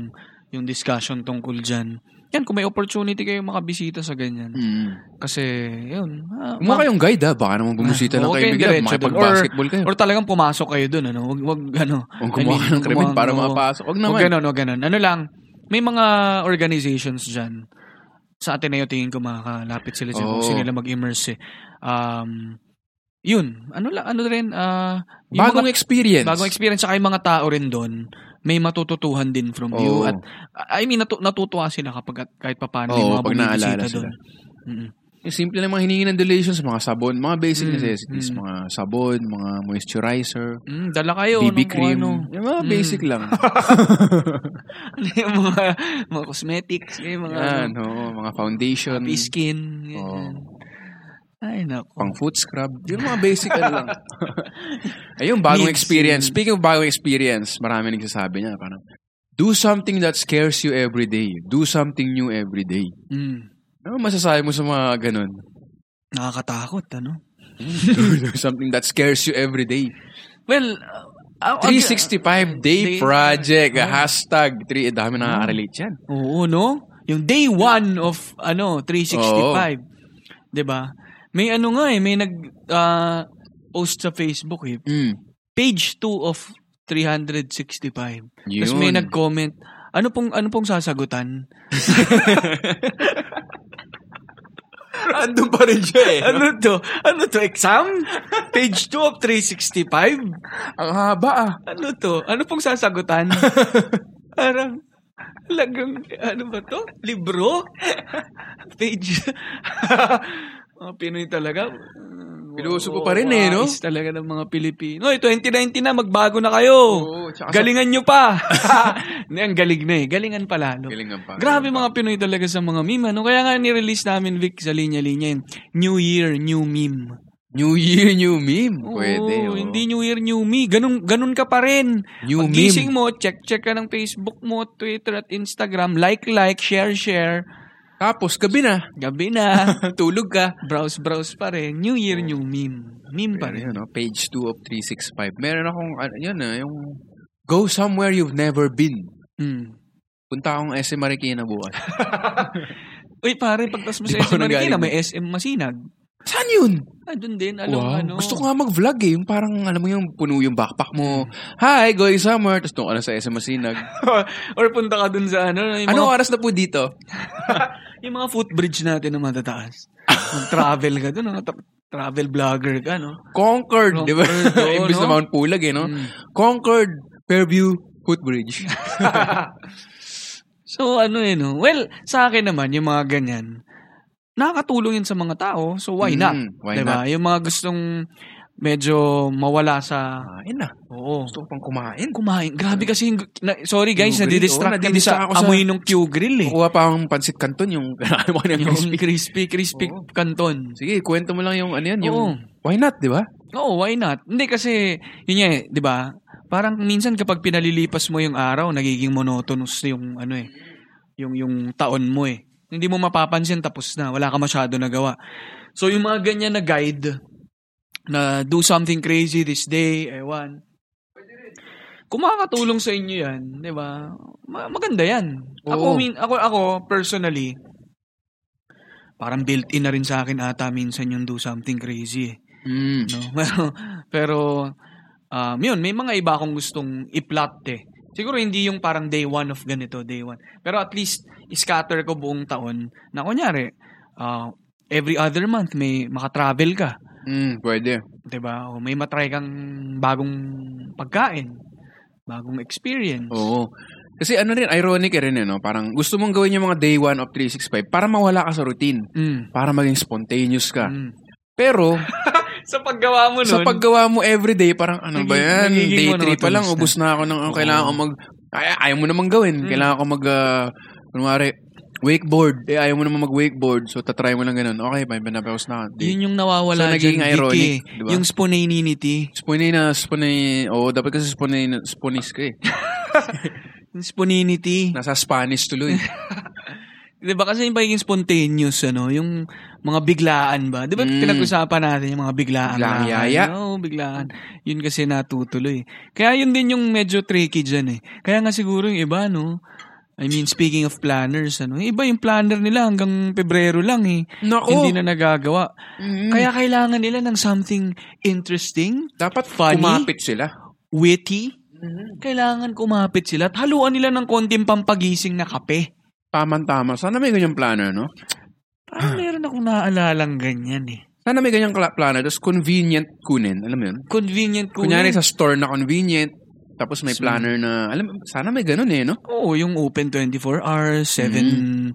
B: yung discussion tungkol dyan. Yan, kung may opportunity kayo makabisita sa ganyan.
A: Hmm.
B: Kasi, yun. ah,
A: Kumuha kayong guide ha. Baka naman bumisita ng
B: Oo,
A: kayo
B: kayong
A: bigla.
B: Ah, diretso
A: Makipag-basketball kayo.
B: Or talagang pumasok kayo dun, ano? Wag, wag, ano.
A: Huwag gumawa
B: I
A: ka
B: mean,
A: ng krimen
B: gumawa-
A: para
B: oo.
A: makapasok. Huwag
B: Huwag
A: naman.
B: ganun, huwag ganun. Ano lang, may mga organizations dyan. Sa Ateneo tingin ko makakalapit sila dyan.
A: Oo.
B: Kung sila mag-immerse eh. Um, yun. Ano, la, ano rin, ah, yung
A: Bagong
B: mga-
A: experience.
B: Bagong experience. Saka yung mga tao rin doon, may matututuhan din from you.
A: Oo.
B: At, ah, I mean, natu- natutuwa sila kapag kahit papaano
A: Oo,
B: yung mga
A: pag naalala
B: bumibisita
A: sila.
B: doon. Mm-mm.
A: Yung simple na mga hinihingi ng donations, mga sabon, mga basic
B: Mm,
A: necessities,
B: mm.
A: mga sabon, mga moisturizer,
B: Mm, dala kayo.
A: BB
B: ng kung
A: cream.
B: Ano. [laughs]
A: Yung mga
B: Mm.
A: basic
B: [laughs]
A: lang.
B: Ano yung mga, mga cosmetics, yung mga
A: Yan,
B: ano,
A: oo, mga foundation,
B: happy skin.
A: Oo.
B: ganyan. Ay, naku.
A: pang foot scrub. Yung mga basic ano
B: [laughs]
A: lang. Ayun, bagong
B: Needs.
A: experience. Speaking of bagong experience, marami nagsasabi niya. Parang, do something that scares you every day. Do something new every day.
B: Mm,
A: Ano masasabi mo sa mga ganun? [laughs]
B: nakakatakot, ano?
A: do something that scares you every day.
B: Well, uh, ako-
A: 365 day
B: Day- Mm.
A: project. Hashtag. Three, eh, dami nakaka-relate yan.
B: Oo, no? Yung day one of, ano, 365. 'Di ba? May ano nga eh, may nag, ah, post sa Facebook eh.
A: Mm.
B: Page 2 of
A: Yun.
B: 365. Tapos may nag-comment, ano pong, ano pong sasagutan?
A: Random pa rin siya eh.
B: ano to? Ano to? Exam? [laughs] Page 2 of 365?
A: Ang haba ah.
B: Ano to? Ano pong
A: [laughs]
B: sasagutan? Parang, lagang, ano ba to?
A: [laughs]
B: Libro? Page. [laughs] mga Pinoy talaga.
A: Piluso ko pa rin eh, no?
B: Wais talaga ng mga Pilipino. Eh, 2019 na, magbago na kayo.
A: Oo, tsaka sa-
B: Galingan nyo
A: [laughs]
B: pa. [laughs] Hindi, Ang galing na eh. Galingan pa lalo.
A: Galingan pa.
B: Grabe mga Pinoy talaga sa mga meme. Ano? Kaya nga nirelease namin, Vic, sa linya-linya yun. New Year, New Meme.
A: New year, new meme.
B: Oo,
A: Pwede. oo.
B: Hindi new year, new me. Ganun, ganun ka pa rin.
A: New
B: Pag
A: meme.
B: gising mo, check-check ka ng Facebook mo, Twitter at Instagram. Like-like, share-share.
A: Tapos, gabi na.
B: Gabi
A: [laughs]
B: na. Tulog ka. Browse-browse pa rin. New year, new meme. Meme pa rin.
A: Pero yun, no? ano, page 2 of 365. Meron akong, ano, yun ah, yung go somewhere you've never been.
B: Mm.
A: Punta akong SM Marikina bukas.
B: Uy, pare, pagtas mo
A: Di ba
B: sa
A: ako
B: SM Marikina,
A: nanggaling?
B: may SM Masinag.
A: [laughs] Saan yun?
B: Ah, dun din. Alam,
A: wow.
B: ano.
A: Gusto ko nga mag-vlog eh. Yung parang, alam mo yung puno yung backpack mo. Hi, going somewhere. Tapos doon ka na sa SM Masinag.
B: [laughs] Or punta ka dun sa ano. Yung
A: Anong
B: mga, [laughs]
A: oras na po dito?
B: yung mga footbridge natin
A: [laughs]
B: na matataas. Mag-travel ka dun. ano, tra- Travel vlogger ka, no?
A: Concord, di ba?
B: Concord, oo,
A: [laughs] Imbis
B: no?
A: na Mount Pulag eh, no?
B: Mm.
A: Concord, Fairview, Footbridge.
B: [laughs] So ano eh no? Well, sa akin naman yung mga ganyan, nakakatulong yun sa mga tao. So why
A: Mm,
B: not?
A: why
B: diba?
A: not?
B: Yung mga gustong medyo mawala sa
A: Kumain na.
B: Oo.
A: Gusto ko pang kumain.
B: Kumain. Grabe kasi yung- na- sorry guys,
A: Q-grill.
B: nadidistract
A: Oo,
B: kami
A: nadidistract
B: sa,
A: ako sa-
B: amoy ng Q-grill eh.
A: Kukuha pa akong pansit canton yung [laughs] kailangan mo ng
B: [laughs] Yung
A: crispy.
B: crispy, crispy
A: Oo.
B: canton.
A: Sige, kwento mo lang yung ano yan. Yung,
B: Oo.
A: Why not, di ba?
B: Oo, why not? Hindi kasi, yun nga eh, di ba? Parang minsan kapag pinalilipas mo yung araw, nagiging monotonous yung ano eh, yung, yung taon mo eh. Hindi mo mapapansin, tapos na. Wala ka masyado nagawa. So yung mga ganyan na guide, na do something crazy this day, ewan. Kung makakatulong sa inyo yan, di ba? Ma- maganda yan. Ako,
A: Oo.
B: min- ako, ako, personally, parang built-in na rin sa akin ata minsan yung do something crazy eh.
A: Mm.
B: No? [laughs] Pero, pero um, yun, may mga iba akong gustong i-plot eh. Siguro hindi yung parang day one of ganito, day one. Pero at least, scatter ko buong taon na kunyari, ah, every other month may makatravel ka.
A: Mm, pwede.
B: 'di ba O may matry kang bagong pagkain, bagong experience.
A: Oo. Kasi ano rin, ironic eh rin eh, no? Parang gusto mong gawin yung mga day 1 of 365 para mawala ka sa routine.
B: Mm.
A: Para maging spontaneous ka.
B: Mm.
A: Pero,
B: Sa paggawa mo nun,
A: sa paggawa mo everyday, parang ano ba
B: Nagiging-
A: yan?
B: nagiging
A: Day 3 pa lang,
B: monotonous na.
A: ubus na ako ng, oh,
B: Oo.
A: kailangan ko mag, ay, ayaw mo namang gawin.
B: Mm.
A: Kailangan ko mag, uh, kunwari, Wakeboard. Eh, ayaw mo naman mag-wakeboard. So, tatry mo lang ganun. Okay, fine. Pinapaus na. ka. Di.
B: Yun yung
A: So,
B: nawawala
A: naging
B: dyan, Vicky.
A: ironic, di ba?
B: Yung spontaneity.
A: Spunay na, spunay. Oo, dapat kasi spunay, na- spunis
B: [laughs]
A: ka eh.
B: Yung spontaneity.
A: Nasa Spanish
B: [laughs]
A: tuloy.
B: Di ba Diba? kasi yung pagiging spontaneous, ano, yung mga biglaan ba? Di ba
A: Mm.
B: pinag-usapan natin yung mga biglaan?
A: Biglaang
B: na-
A: yaya.
B: Oo, biglaan. Yun kasi natutuloy. Kaya yun din yung medyo tricky dyan eh. Kaya nga siguro yung iba, no? I mean, speaking of planners, ano, yung iba yung planner nila hanggang Pebrero lang eh.
A: Nako!
B: Hindi na nagagawa.
A: Mm.
B: Kaya kailangan nila ng something interesting,
A: dapat
B: Funny?
A: kumapit sila.
B: witty.
A: Mm-hmm.
B: Kailangan kumapit sila at haluan nila ng konting pampagising na kape.
A: Tama-tama. Sana may ganyang planner, no?
B: Parang [clears throat] meron akong naalalang ganyan eh.
A: Sana may ganyang kla- planner. Tapos convenient kunin. Alam mo yun?
B: Convenient ko.
A: Kunyari
B: yun.
A: sa store na convenient. Tapos may planner na, alam, mo, sana may ganun eh, no?
B: Oo, yung open 24 hours, 7,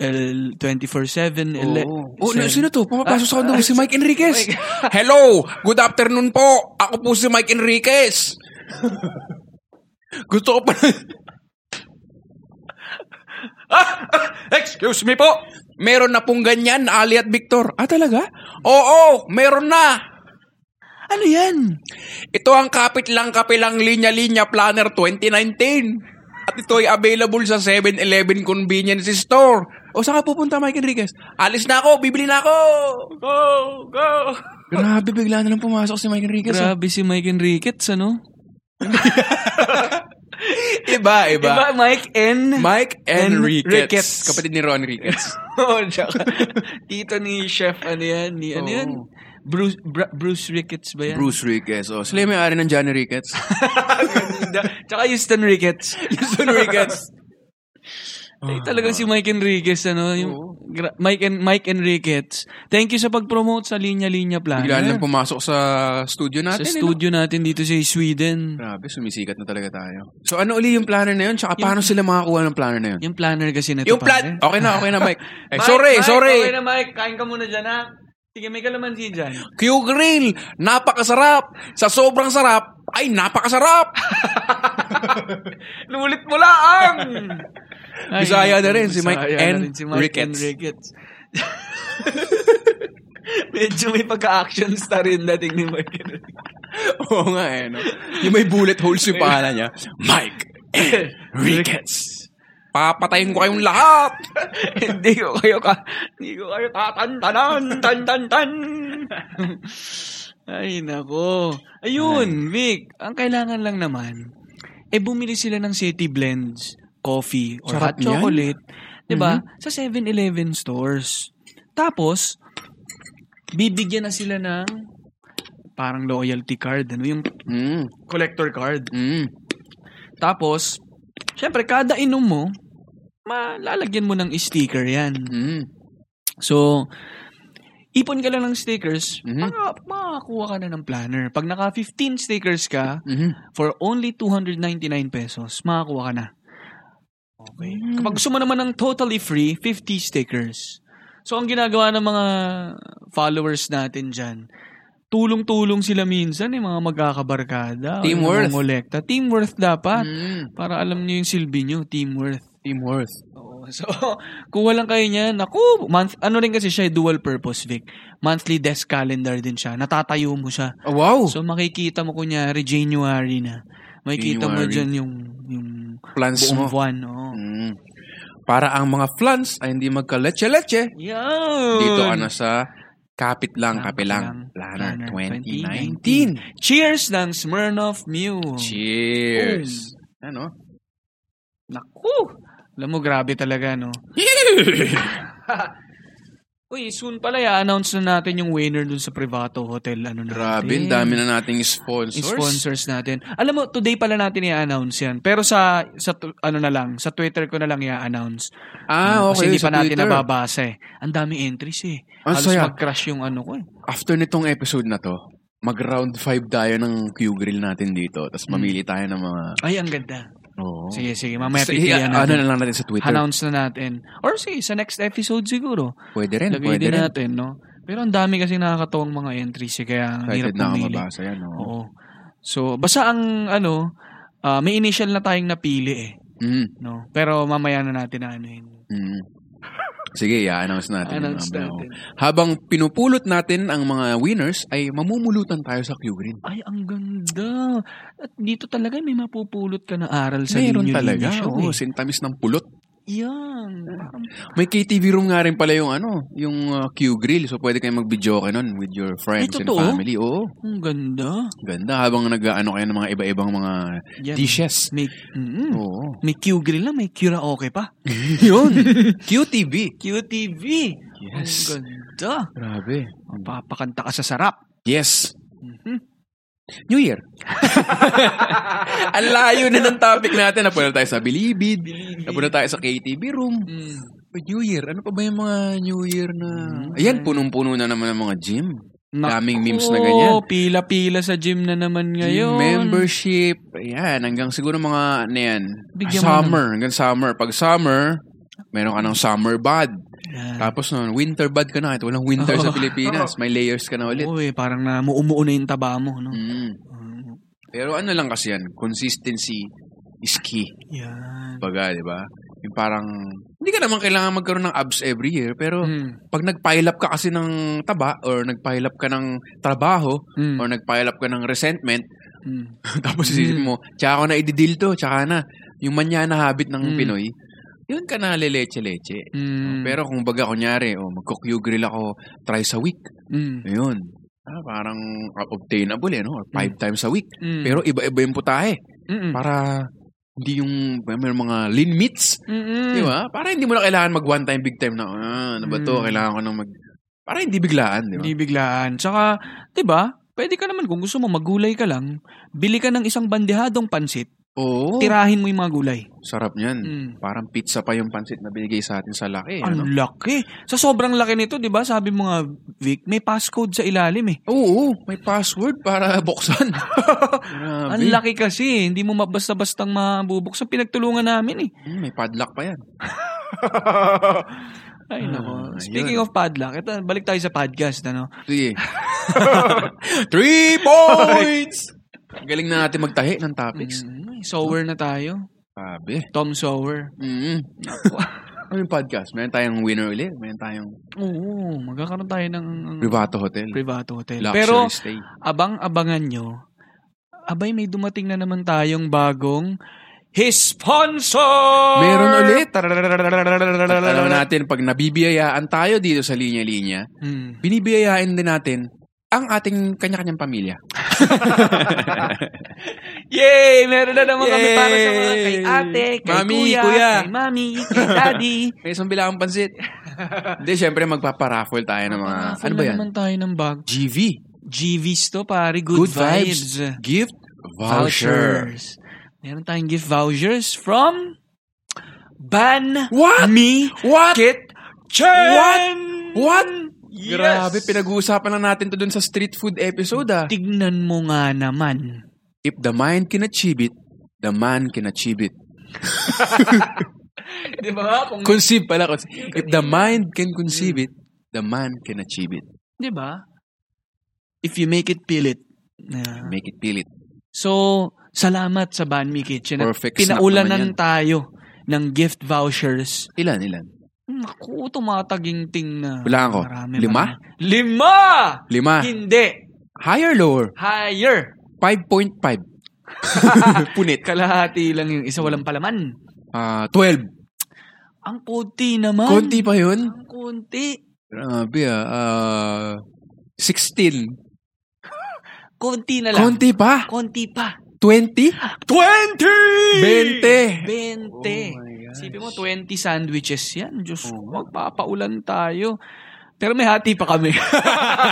B: L, 24-7, ele-
A: Oo. Oh,
B: seven-
A: sino to? Pumapasok sa kanto si Mike [laughs] Enriquez. Hello! Good afternoon po! Ako po si Mike [laughs] Enriquez! Gusto ko pa [laughs] Ah! ah, Excuse me po! Meron na pong ganyan, Ali at Victor. Ah, talaga? Oo, meron na!
B: Ano yan?
A: Ito ang kapit lang kapilang linya-linya planner 2019. At ito ay available sa 7-Eleven convenience store. O saan ka pupunta, Mike Enriquez? Alis na ako, bibili na ako!
B: Go! Go!
A: Grabe, bigla na lang pumasok si Mike Enriquez. ah.
B: Grabe si Mike Enriquez, ano?
A: Iba, iba.
B: Diba, Mike N? [laughs]
A: Mike Enriquez.
B: Enriquez.
A: Kapatid ni Ron Enriquez.
B: Oo, tsaka [laughs] Tito ni Chef, ano yan? Ni, ano
A: Oo.
B: yan? Bruce, Bra- Bruce Ricketts ba yan?
A: [laughs] Bruce Enriquez. O, sila yung may-ari ng Johnny Ricketts.
B: [laughs] Tsaka Houston Ricketts.
A: [laughs] Houston Ricketts.
B: Ay, Eh, talagang si Mike Enriquez, ano? Yung,
A: Ah, Oo.
B: gra- Mike, en- Mike Enriquez. Thank you sa pag-promote sa Linya Linya Planner.
A: Bigla na lang pumasok sa studio natin. eh,
B: sa
A: no?
B: studio natin dito sa Sweden.
A: Grabe, sumisikat na talaga tayo. So, ano uli yung planner na yun? Tsaka, paano sila makakuha ng planner na yun?
B: Yung planner kasi na
A: Yung
B: to,
A: plan...
B: pare.
A: Okay na, okay na,
B: [laughs]
A: Mike. Eh,
B: Mike,
A: sorry,
B: Mike,
A: sorry.
B: Okay na, Mike. Kain ka muna dyan, ha? Sige, may kalamansi
A: [laughs]
B: dyan.
A: Q Grill, napakasarap. Sa sobrang sarap, ay napakasarap. [laughs]
B: Lulit mo lang! Ay,
A: Bisaya na rin si Mike N.
B: Bisaya na rin si Mike
A: Ricketts.
B: N. Ricketts. [laughs] Medyo may pagka-action star rin dating ni Mike N.
A: Oo nga eh, no? Yung may bullet holes yung pangalan niya. Mike Ricketts. Papatayin ko kayong lahat.
B: [laughs] Hindi ko kayo ka... Hindi ko kayo tatantanan! Tan, tan, tan! [laughs] Ay, nako. Ayun, Vic. Ang kailangan lang naman, eh bumili sila ng City Blends coffee or
A: Sarap
B: hot
A: yan.
B: chocolate. 'di ba Sa 7-Eleven stores. Tapos, bibigyan na sila ng parang loyalty card. Ano yung
A: Mm,
B: collector card.
A: mm.
B: Tapos, syempre, kada inom mo, malalagyan mo ng sticker yan.
A: Mm.
B: So, ipon ka lang ng stickers,
A: Mhm.
B: maka- makakuha ka na ng planner. Pag naka 15 stickers ka,
A: mhm.
B: for only 299 pesos, makakuha ka na. Okay. Kapag gusto mo naman ng totally free, 50 stickers. So, ang ginagawa ng mga followers natin dyan, tulong-tulong sila minsan, yung mga magkakabarkada. o yung
A: Teamworth.
B: mangongolekta. Teamworth dapat.
A: Mm.
B: Para alam nyo yung silbi nyo, teamworth.
A: Team worth.
B: Oo. [laughs] So, kuha lang kayo niya. Naku, month, ano rin kasi siya, eh, dual purpose, Vic. Monthly desk calendar din siya. Natatayo mo siya.
A: Oh, wow.
B: So, makikita mo kunyari January na. Makikita mo
A: January.
B: dyan yung, yung
A: Plans
B: buong
A: mo.
B: buwan. oo.
A: Mm. Para ang mga flans ay hindi magka-leche-leche.
B: Yun!
A: Dito ka na sa Kapit Lang
B: Kapit
A: Kapilang
B: Lang
A: Planner
B: Planner
A: 2019.
B: Cheers ng Smirnoff Mule.
A: Cheers. Ano?
B: Naku! Alam mo, grabe talaga, no? Uy, soon pala, i-announce na natin yung winner dun sa Privato Hotel. [laughs] Ano natin.
A: Grabe, ang dami na nating sponsors.
B: sponsors natin. Alam mo, today pala natin i-announce yan. Pero sa, sa tu- ano na lang, sa Twitter ko na lang i-announce.
A: Ah,
B: Hmm, Kasi
A: okay.
B: hindi
A: sa
B: pa natin
A: Twitter.
B: nababasa eh. Ang daming entries eh.
A: Ang
B: Halos
A: saya.
B: mag-crash yung ano ko eh.
A: After nitong episode na to, mag-round 5 tayo ng Q-Grill natin dito. Tapos
B: Hmm.
A: mamili tayo ng mga...
B: Ay, ang ganda.
A: Oo.
B: Sige, sige.
A: Oh.
B: Mamaya
A: Sa- i- Ano
B: pipilian natin.
A: na lang natin sa Twitter.
B: Announce na natin. Or sige, sa next episode siguro.
A: Pwede rin,
B: Lagay
A: pwede
B: din
A: rin.
B: natin, no? Pero ang dami kasi nakakatawang mga entries eh. Kaya ang
A: Excited
B: hirap
A: na ako
B: pumili.
A: mabasa yan. oh. Oo.
B: Oo. So, basta ang ano, ah, may initial na tayong napili eh.
A: Mm,
B: No? Pero mamaya na natin na ano yun.
A: mm. Sige, i-announce natin. yun
B: Announce
A: mamaya. oh.
B: natin.
A: Habang pinupulot natin ang mga winners, ay mamumulutan tayo sa Q-Green.
B: Ay, ang ganda. At dito talaga may mapupulot ka na aral sa
A: Meron
B: Linyo
A: talaga.
B: Linyo Show.
A: Oo, Ah.
B: eh.
A: sintamis ng pulot.
B: Yan. Parang-
A: May KTV room nga rin pala yung ano, yung uh, Q-Grill. So, pwede kayong mag-video ka nun with your friends
B: Ay,
A: and
B: totoo?
A: family. Oo.
B: Ang ganda.
A: Ganda. Habang nag-ano kayo ng mga iba-ibang mga
B: Yan.
A: dishes.
B: May, mm, [laughs]
A: Oo.
B: may Q-grill na, may Q-raoke pa.
A: Yun. QTV.
B: QTV.
A: Yes.
B: Ang ganda.
A: Grabe.
B: Mapapakanta ka sa sarap.
A: Yes. New Year. [laughs] Ang layo na ng topic natin. Napunta tayo sa Bilibid. Napunta tayo sa KTV room.
B: Mm.
A: New Year. Ano pa ba yung mga New Year na...
B: Mm.
A: Ayan, punong-puno na naman ng mga gym.
B: Nako,
A: Daming memes na ganyan.
B: pila-pila sa gym na naman
A: Gym
B: ngayon.
A: membership. Ayan, hanggang siguro mga ano yan.
B: Bigyan mo
A: summer. Hanggang summer. Pag summer, meron ka ng summer bad.
B: Yan.
A: Tapos noon, winter bad ka na. Ito walang winter sa
B: Ah. Oo.
A: Pilipinas. May layers ka na ulit.
B: Oo eh, parang na muumuo na yung taba mo. No?
A: Mm.
B: Mm.
A: Pero ano lang kasi yan, consistency is key.
B: Yan.
A: Baga, di ba? Yung parang, hindi ka naman kailangan magkaroon ng abs every year, pero
B: Mm.
A: pag nag-pile up ka kasi ng taba or nag-pile up ka ng trabaho
B: Mm.
A: or nag-pile up ka ng resentment,
B: Mm.
A: [laughs] tapos isisipin mo, tsaka ko na ididil to, tsaka na. Yung manyana habit ng
B: Mm.
A: Pinoy, yun ka na leleche-leche.
B: Mm.
A: Pero kung baga, kunyari, oh, magkukyu grill ako thrice a week,
B: Mm.
A: ayun. Ah, parang obtainable eh, no? Or five times a week.
B: Mm.
A: Pero iba-iba yung putahe.
B: Mm-mm.
A: Para hindi yung may mga lean meats,
B: Mm-mm.
A: di ba? Para hindi mo na kailangan mag one time big time na, ah, ano ba to,
B: Mm.
A: kailangan ko nang mag... Para hindi biglaan, di ba?
B: Hindi biglaan. Tsaka, di ba, pwede ka naman kung gusto mo magulay ka lang, bili ka ng isang bandehadong pansit,
A: Oo,
B: tirahin mo yung mga gulay.
A: sarap niyan.
B: Mm.
A: Parang pizza pa yung pansit na binigay sa atin sa laki. Ano?
B: Ang laki. Sa sobrang laki nito, di ba, sabi mo nga, Vic, may passcode sa ilalim eh.
A: Oo, may password para [laughs] buksan. Grabe.
B: Ang laki kasi, eh. hindi mo mabasta-bastang mabubuksan. Pinagtulungan namin eh.
A: Mm, may padlock pa yan.
B: Ay,
A: Ah,
B: nako.
A: yun.
B: Speaking of padlock, ito, balik tayo sa podcast, ano?
A: Sige. [laughs] Three points! Ang Galing na natin magtahi ng topics.
B: Mm, sower na tayo.
A: Sabi.
B: Tom Sower.
A: Mm. [laughs] Ano yung podcast? Meron tayong winner ulit. Meron tayong
B: Oo, magkakaroon tayo ng ng
A: Privato Hotel.
B: privato hotel.
A: Luxury
B: Pero,
A: stay.
B: abang-abangan nyo, abay, may dumating na naman tayong bagong his sponsor!
A: Meron ulit. At alam natin, pag nabibiyayaan tayo dito sa linya-linya,
B: Mm.
A: binibiyayain din natin ang ating kanya-kanyang pamilya.
B: Yay! Meron na naman kami
A: Yay!
B: para sa mga kay ate, kay
A: Mami,
B: kuya,
A: kuya.
B: kay mami, kay daddy.
A: May isang bilang pansit. [laughs] Hindi, syempre magpaparaffle tayo ng mga,
B: [laughs] Mga,
A: ano ba yan?
B: naman tayo ng bag.
A: GV.
B: GVs to, pare. Good,
A: Good
B: vibes.
A: vibes. Gift voucher.
B: Meron tayong gift vouchers from Ban
A: What?
B: Me
A: What?
B: Kit Chen!
A: What?
B: Yes!
A: Grabe, pinag-uusapan lang natin to dun sa street food episode ah.
B: Tignan mo nga naman.
A: If the mind can achieve it, the man can achieve it.
B: Di ba? Kung...
A: Conceive pala. Conceive. If the mind can conceive it, the man can achieve it.
B: Di ba? If you make it, peel it. Yeah.
A: Make it feel it.
B: So, salamat sa Ban Me Kitchen. at
A: Perfect snack
B: Pinaulanan
A: naman yan.
B: tayo ng gift vouchers.
A: Ilan, ilan?
B: Naku, tumataging-ting na.
A: Wala ako.
B: Marami,
A: Lima?
B: marami. Lima!
A: Lima.
B: Hindi.
A: Higher, lower?
B: Higher.
A: 5.5. [laughs] Punit.
B: Kalahati lang yung isa walang palaman.
A: Ah, 12.
B: Ang konti naman.
A: Konti pa yun?
B: Ang konti.
A: Grabe ah. Ah, 16.
B: Konti na lang.
A: Konti pa?
B: Konti pa.
A: 20?
B: 20!
A: 20!
B: 20. Isipin mo, 20 sandwiches yan. Diyos ko, magpapaulan tayo. Pero may hati pa kami.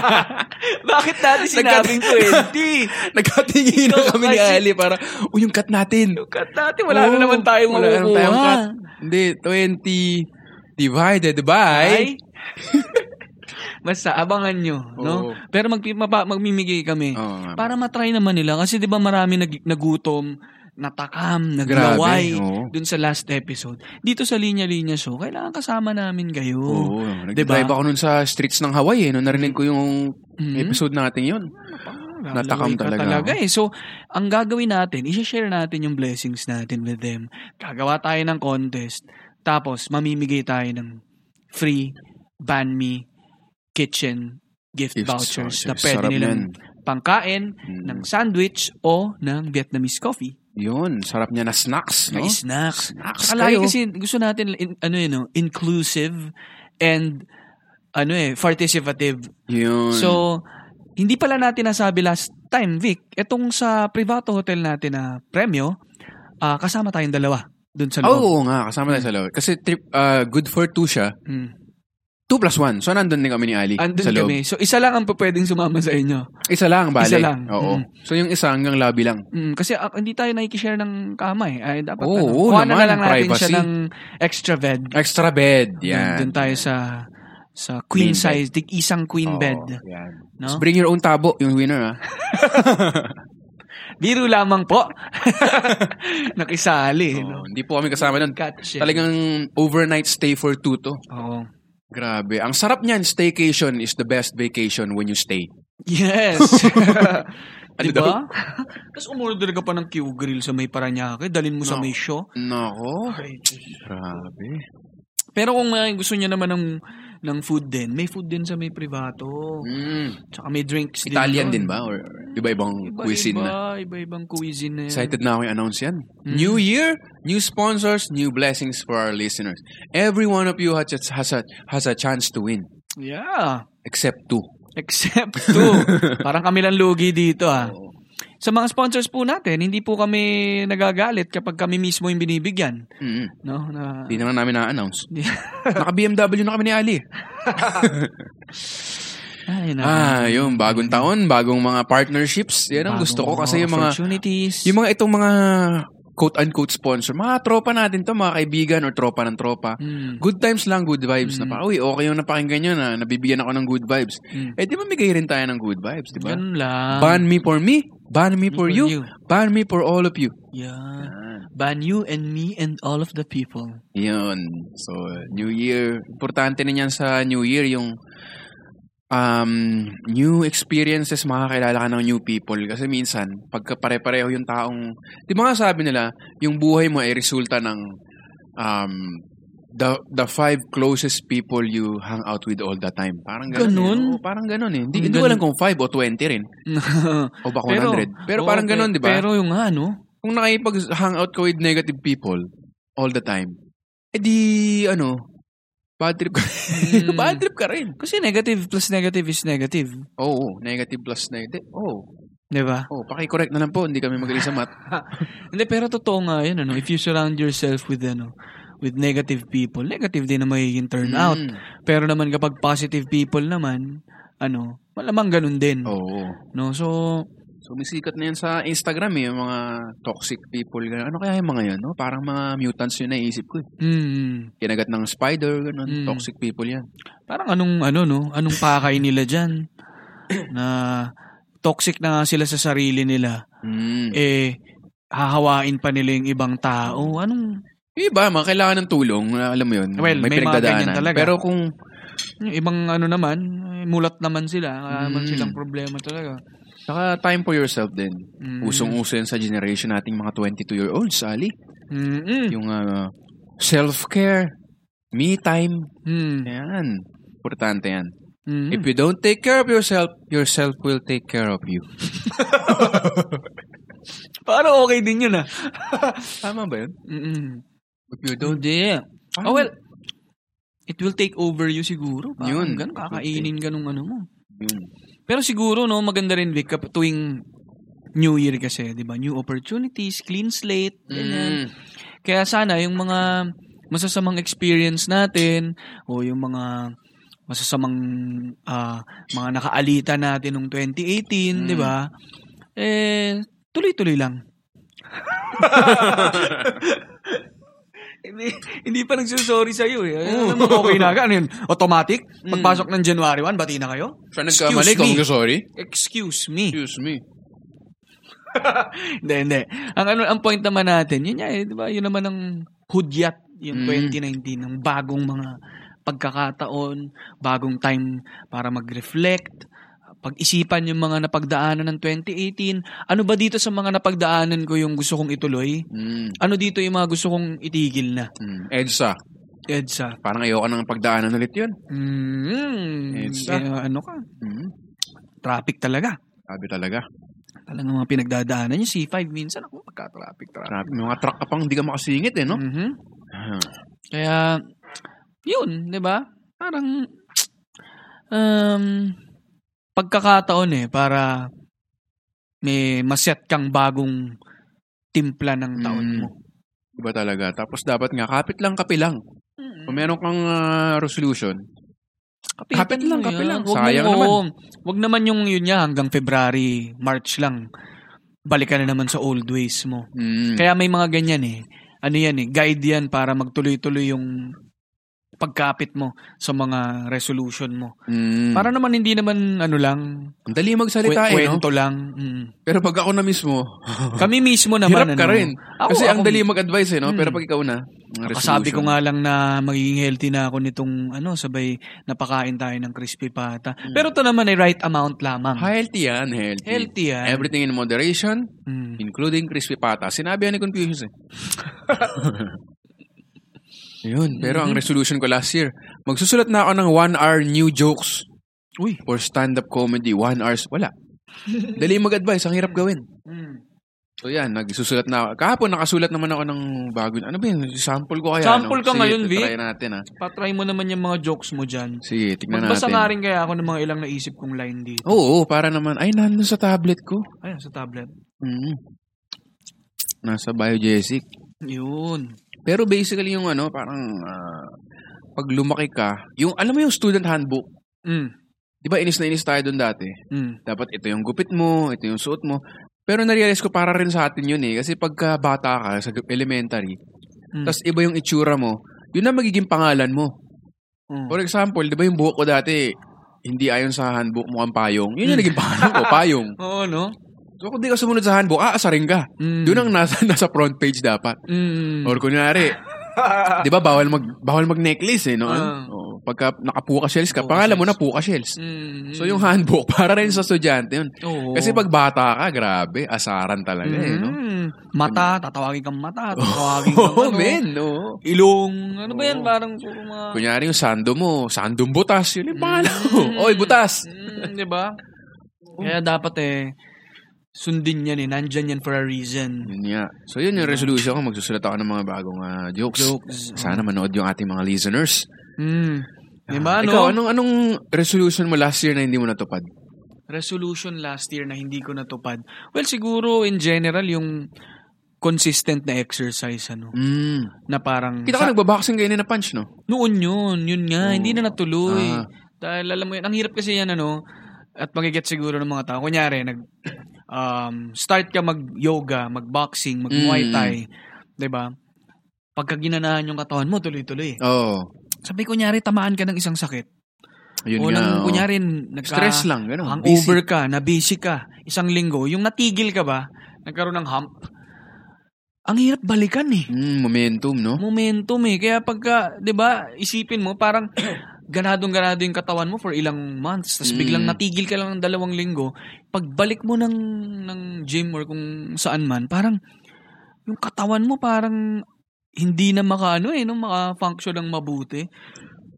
B: [laughs] Bakit natin sinabing 20?
A: Nagkatingin na
B: Ikaw
A: kami ni
B: kasi-
A: Ali para, uy, yung cut natin.
B: Lukat natin, wala na
A: Oo,
B: naman tayong
A: Oh, Wala na
B: makukuha.
A: tayong cut. Hindi, 20 divided by...
B: Ay. [laughs] Basta, abangan nyo. No?
A: Oo.
B: Pero mag, mapa- magmimigay kami.
A: Oo nga.
B: Para matry naman nila. Kasi di ba marami nag, nagutom, natakam, naglaway
A: Grabe, oo.
B: dun sa last episode. Dito sa Linya Linya Show, kailangan kasama namin kayo.
A: Oo.
B: Diba?
A: Nag-drive ako nun sa streets ng Hawaii. Eh, nung narinig ko yung
B: Mhm.
A: episode natin yun.
B: Ah,
A: Natakam
B: lalaway ka
A: talaga, oh.
B: talaga eh. So, ang gagawin natin, i-share natin yung blessings natin with them. Gagawa tayo ng contest. Tapos, mamimigay tayo ng free Banmi kitchen gift
A: Gift
B: vouchers
A: vouchers.
B: na pwede
A: oh, Sarap
B: nilang
A: nun.
B: pangkain
A: Mm.
B: ng sandwich o ng Vietnamese coffee.
A: Yun, sarap niya na snacks, no?
B: Na snacks.
A: oh. Snacks
B: Saka lagi
A: kayo.
B: kasi gusto natin in- ano yun, no? inclusive and ano eh, participative.
A: Yun.
B: So, hindi pala natin nasabi last time, Vic. Etong sa privato hotel natin na premyo, ah, kasama tayong dalawa dun sa loob.
A: Oo nga, kasama tayo sa loob. Kasi trip, ah, good for two siya.
B: Mm.
A: Two plus one. So, nandun din kami ni Ali sa
B: Andun
A: loob.
B: kami. So, isa lang ang pwedeng sumama sa inyo.
A: Isa lang, bale.
B: Isa lang.
A: Oo.
B: Mm.
A: So, yung isa hanggang lobby lang.
B: Mm, kasi ah, hindi tayo nakikishare ng kama eh. Ay, dapat
A: Oo,
B: ano,
A: oo
B: kuha na
A: naman,
B: lang natin siya
A: privacy.
B: ng extra bed.
A: Extra bed. Yan.
B: Doon tayo sa sa
A: Queen
B: queen
A: bed.
B: size, tig isang
A: Oo,
B: queen bed.
A: Yan.
B: No?
A: Just bring your own tabo, yung winner, ah. ha?
B: Biro lamang po. [laughs] Nakisali. no?
A: Oo, hindi po kami kasama nun.
B: Catch. eh.
A: Talagang overnight stay for two to.
B: Oo.
A: Grabe. Ang sarap niyan, staycation is the best vacation when you stay.
B: Yes. [laughs]
A: Ano daw?
B: diba? Tapos umorder ka pa ng Q grill sa may Paranaque, dalin mo
A: No.
B: sa may show.
A: Nako. Grabe.
B: Pero kung may gusto niya naman ng ng food din, may food din sa may privato.
A: Mm.
B: Tsaka may drinks din.
A: Italian
B: doon.
A: din ba? Or iba-ibang
B: Iba,
A: cuisine
B: iba,
A: na?
B: Iba-ibang cuisine na yan.
A: Excited na ako yung announce yan.
B: Mm-hmm.
A: New year, new sponsors, new blessings for our listeners. Every one of you has a, has a, has a chance to win.
B: Yeah.
A: Except two.
B: Except
A: [laughs]
B: two. Parang kami lang lugi dito ah. Sa mga sponsors po natin, hindi po kami nagagalit kapag kami mismo yung binibigyan.
A: Mm-mm.
B: No? Na,
A: Hindi naman namin na-announce. [laughs] Naka-BMW na kami ni Ali.
B: [laughs] Ay, na.
A: Ah, yung bagong taon, bagong mga partnerships. Yan ang
B: Bagong
A: gusto ko kasi yung mga
B: opportunities.
A: yung mga itong mga quote-unquote sponsor, mga tropa natin to, mga kaibigan or tropa ng tropa.
B: Mm.
A: Good times lang, good vibes
B: Mm-hmm.
A: na parang, uy, okay yung napakinggan nyo na nabibigyan ako ng good vibes.
B: Mm.
A: Eh, di ba bigay rin tayo ng good vibes, di ba?
B: Ganun
A: Diba?
B: lang.
A: Ban me for me, ban Ah. me for you, Ah. ban me for all of you.
B: Yeah. Ban you and me and all of the people.
A: Yun. So, New Year. Importante na yan sa New Year yung um, new experiences, makakilala ka ng new people. Kasi minsan, pagka pare-pareho yung taong... Di ba nga sabi nila, yung buhay mo ay resulta ng um, the, the five closest people you hang out with all the time. Parang ganun.
B: Ganun?
A: Eh. Oo, parang ganun eh. Hindi,
B: Ang
A: hindi ko
B: ganun.
A: alam kung five o 20 rin. O baka 100. [laughs] Pero
B: oo,
A: parang
B: pe-
A: ganun, diba? di ba?
B: Pero yung nga, ano?
A: kung nakipag-hangout ka with negative people all the time, eh di, ano, bad trip ka.
B: Mm.
A: [laughs] bad trip ka rin.
B: Kasi negative plus negative is negative.
A: Oo, negative plus negative. Oo,
B: Di ba?
A: oh, paki-correct na lang po, hindi kami magaling sa math.
B: Hindi, pero totoo nga yun, ano? If you surround yourself with, ano, with negative people, negative din na magiging turnout.
A: Mm.
B: Pero naman kapag positive people naman, ano, malamang ganun din.
A: Oo.
B: No? So,
A: So, misikat na yan sa Instagram eh, yung mga toxic people. Ganun. Ano kaya yung mga yan? No? Parang mga mutants yun naisip ko. eh.
B: mm,
A: Kinagat ng spider, ganun.
B: Mm.
A: Toxic people yan.
B: parang anong, ano, no? Anong pakay nila dyan? na toxic na nga sila sa sarili nila.
A: Mm.
B: Eh, hahawain pa nila yung ibang tao. Anong,
A: Yung iba, mga kailangan ng tulong. na Alam mo yun,
B: Well, may mga ganyan talaga.
A: Pero kung
B: Yung ibang ano naman, eh, mulat naman sila. Wala
A: Mm.
B: naman silang problema talaga.
A: Saka time for yourself din.
B: Mm.
A: Usong-uso yan sa generation nating mga 22-year-olds, Ali.
B: Mm-mm.
A: Yung ah, self-care, me time,
B: Mm.
A: yan. Importante yan.
B: Mm.
A: If you don't take care of yourself, yourself will take care of you.
B: Parang okay din yun ah.
A: Tama ba yun? Ah,
B: Mm-mm.
A: If you don't...
B: Hindi.
A: Parang-
B: Oh well, it will take over you siguro.
A: Yun.
B: Parang Ganun, kakainin ganun ano mo.
A: Yun.
B: Pero siguro no, maganda rin Vic, kap- tuwing New Year kasi, di ba? New opportunities, clean slate,
A: Mm.
B: ganyan. Kaya sana yung mga masasamang experience natin o yung mga masasamang ah, mga nakaalita natin noong 2018,
A: Mm.
B: di ba? Eh, tuloy-tuloy
A: [laughs]
B: lang. hindi, hindi pa nagsusorry sa'yo eh. Alam
A: Mm.
B: mo, okay na ka. Ano yun? Automatic? Pagpasok ng January 1, bati na kayo?
A: Siya
B: Excuse
A: nagkamali,
B: me.
A: kung sorry.
B: Excuse me.
A: Excuse me.
B: hindi, hindi. Ang, ano, ang point naman natin, yun yan, eh, di ba? Yun naman ang hudyat, yung
A: Mm.
B: 2019, ng bagong mga pagkakataon, bagong time para mag-reflect, pag-isipan yung mga napagdaanan ng 2018. Ano ba dito sa mga napagdaanan ko yung gusto kong ituloy?
A: Mm.
B: Ano dito yung mga gusto kong itigil na?
A: Mm. EDSA.
B: EDSA.
A: Parang ayoko nang pagdaanan ulit yun.
B: Mm,
A: EDSA.
B: kaya ano ka?
A: Mm.
B: Traffic talaga.
A: Sabi talaga.
B: Talagang mga pinagdadaanan yung C5 minsan ako magka-traffic traffic.
A: Grabe, Mga truck ka pang hindi ka makasingit eh, no?
B: Mhm.
A: Ah,
B: Kaya, yun, di ba? Parang, um, pagkakataon eh, para may maset kang bagong timpla ng taon
A: Mm.
B: mo.
A: Iba talaga. Tapos dapat nga, kapit lang, kapilang. Kung meron kang ah, resolution, Kapit lang,
B: mo
A: kapit
B: yan.
A: lang.
B: Huwag
A: Sayang
B: mo,
A: naman.
B: oo. Huwag naman yung yun niya hanggang February, March lang. Balik ka na naman sa old ways mo.
A: mm,
B: Kaya may mga ganyan eh. Ano yan eh, guide yan para magtuloy-tuloy yung pagkapit mo sa mga resolution mo.
A: mm,
B: Para naman hindi naman ano lang,
A: ang dali
B: kwe-
A: magsalita eh, no?
B: kwento lang. Mm.
A: Pero pag ako na mismo,
B: Kami mismo
A: hirap
B: naman.
A: ka
B: ano,
A: rin.
B: Ako,
A: Kasi ang
B: ako-
A: dali mag-advise eh, no?
B: Mm.
A: Pero pag ikaw na, ang
B: Kasabi
A: resolution.
B: ko nga lang na magiging healthy na ako nitong ano, sabay napakain tayo ng crispy pata.
A: Mm.
B: Pero ito naman ay right amount lamang.
A: Healthy yan, healthy.
B: Healthy yan.
A: Everything in moderation,
B: Mm.
A: including crispy pata. Sinabi yan ni
B: [laughs]
A: Confucius eh. Yun. Pero ang
B: Mm-hmm.
A: resolution ko last year, magsusulat na ako ng one hour new jokes
B: Uy.
A: for stand-up comedy. One hours, wala. Dali mag-advise, ang hirap gawin.
B: Mm.
A: So yan, nagsusulat na ako. Kahapon nakasulat naman ako ng bago. Ano ba yun? Sample ko kaya.
B: Sample
A: no?
B: ka ngayon, Vic.
A: Try natin ah.
B: Patry mo naman yung mga jokes mo dyan.
A: Sige, tignan
B: Magbasa
A: natin.
B: nga rin kaya ako ng mga ilang naisip kong line dito.
A: Oo, oo, para naman. Ay, nandun sa tablet ko.
B: Ayan, sa tablet.
A: Mm. Nasa biogesic.
B: Yun.
A: Pero basically yung ano, parang ah, pag lumaki ka, yung alam mo yung student handbook,
B: Mm.
A: 'di ba inis na inis tayo doon dati.
B: Mm.
A: Dapat ito yung gupit mo, ito yung suot mo. Pero narealize ko para rin sa atin yun eh kasi pagka bata ka sa elementary,
B: Mm.
A: tas iba yung itsura mo, yun na magiging pangalan mo.
B: Mm.
A: For example, 'di ba yung buhok ko dati hindi ayon sa handbook mo ang payong.
B: Hmm.
A: Yun yung naging pangalan ko, payong.
B: Oo, no?
A: So kung di ka sumunod sa handbook, aasarin ka.
B: Mm.
A: Doon ang nasa, [laughs] nasa front page dapat.
B: Mm.
A: Or kunyari, di ba bawal mag bawal mag necklace eh no?
B: Ah.
A: Oo. pagka nakapuka shells ka,
B: Puka
A: pangalan mo na
B: shells.
A: puka shells.
B: Mm.
A: So yung handbook [laughs] para rin sa estudyante yun.
B: Oo.
A: Kasi pag bata ka, grabe, asaran talaga eh no.
B: Mm. Mata, tatawagin kang
A: [laughs]
B: mata, tatawagin kang
A: Oh,
B: ano,
A: men, no.
B: Ilong, ano ba yan?
A: Oo.
B: Parang puro mga...
A: Kunyari yung sando mo, sandong butas, yun yung pangalan mo.
B: Mm.
A: Oy, butas.
B: Mm, di
A: [laughs]
B: ba? Kaya dapat eh, sundin yan eh. Nandyan yan for a reason.
A: Yun nga. So yun yung resolution ko, magsusulat ako ng mga bagong ah, jokes.
B: Diba? Jokes.
A: Sana manood yung ating mga listeners.
B: Mm. Di
A: Ah,
B: ba, no?
A: Ikaw, anong, anong resolution mo last year na hindi mo natupad?
B: resolution last year na hindi ko natupad? Well, siguro in general yung consistent na exercise ano
A: Mm.
B: na parang
A: Kita ko
B: sa-
A: nagbaboxing kayo na punch, no?
B: noon yun yun nga
A: Oo.
B: hindi na natuloy
A: Ah.
B: dahil alam mo yun ang hirap kasi yan ano at magiget siguro ng mga tao kunyari nag um, start ka mag yoga mag boxing mag muay
A: Mm.
B: thai 'di ba pagka ginanahan yung katawan mo tuloy-tuloy eh.
A: Oo. Oh,
B: sabi kunyari tamaan ka ng isang sakit
A: yun
B: o
A: nga.
B: nang
A: oo.
B: kunyari nagka
A: Stress lang, gano'n.
B: Hangover ka, na-busy ka, isang linggo, yung natigil ka ba, nagkaroon ng hump, ang hirap balikan eh.
A: Mm, momentum, no?
B: Momentum eh. Kaya pagka, di ba, isipin mo, parang [clears throat] ganadong-ganado yung katawan mo for ilang months, tapos
A: Mm.
B: biglang natigil ka lang ng dalawang linggo, pagbalik mo ng, ng gym or kung saan man, parang yung katawan mo parang hindi na makaano eh, no, maka-function ng mabuti.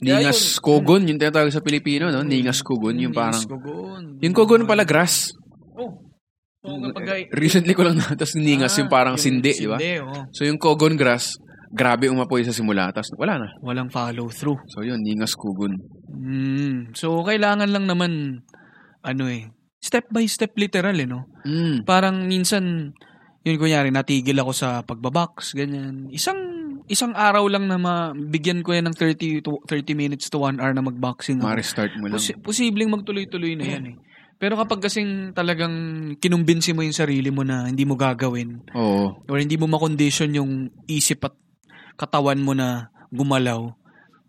B: Kaya
A: Ningas kogon, yung tinatawag sa Pilipino, no? Ano, Ningas kogon, yung parang...
B: Yes, kogon.
A: Yung kogon pala, grass.
B: Oh. Oo nga, pag-
A: Recently ko lang [laughs] natas ningas yung parang sindi, di ba?
B: Ah, Sindi, oh. oo.
A: So yung kogon grass, grabe umapoy sa simula, tapos wala na.
B: Walang follow through.
A: So yun, ningas kogon.
B: Mm. So, kailangan lang naman, ano eh, step by step literal eh, no?
A: Mm.
B: Parang minsan, yun kunyari, natigil ako sa pagbabox, ganyan. Isang isang araw lang na mabigyan ko yan ng 30, to, 30 minutes to 1 hour na magboxing ako.
A: Ma-restart mo lang.
B: Posi- posibleng magtuloy-tuloy na yan eh. Pero kapag kasing talagang kinumbinsi mo yung sarili mo na hindi mo gagawin,
A: Oo.
B: or hindi mo makondisyon yung isip at katawan mo na gumalaw,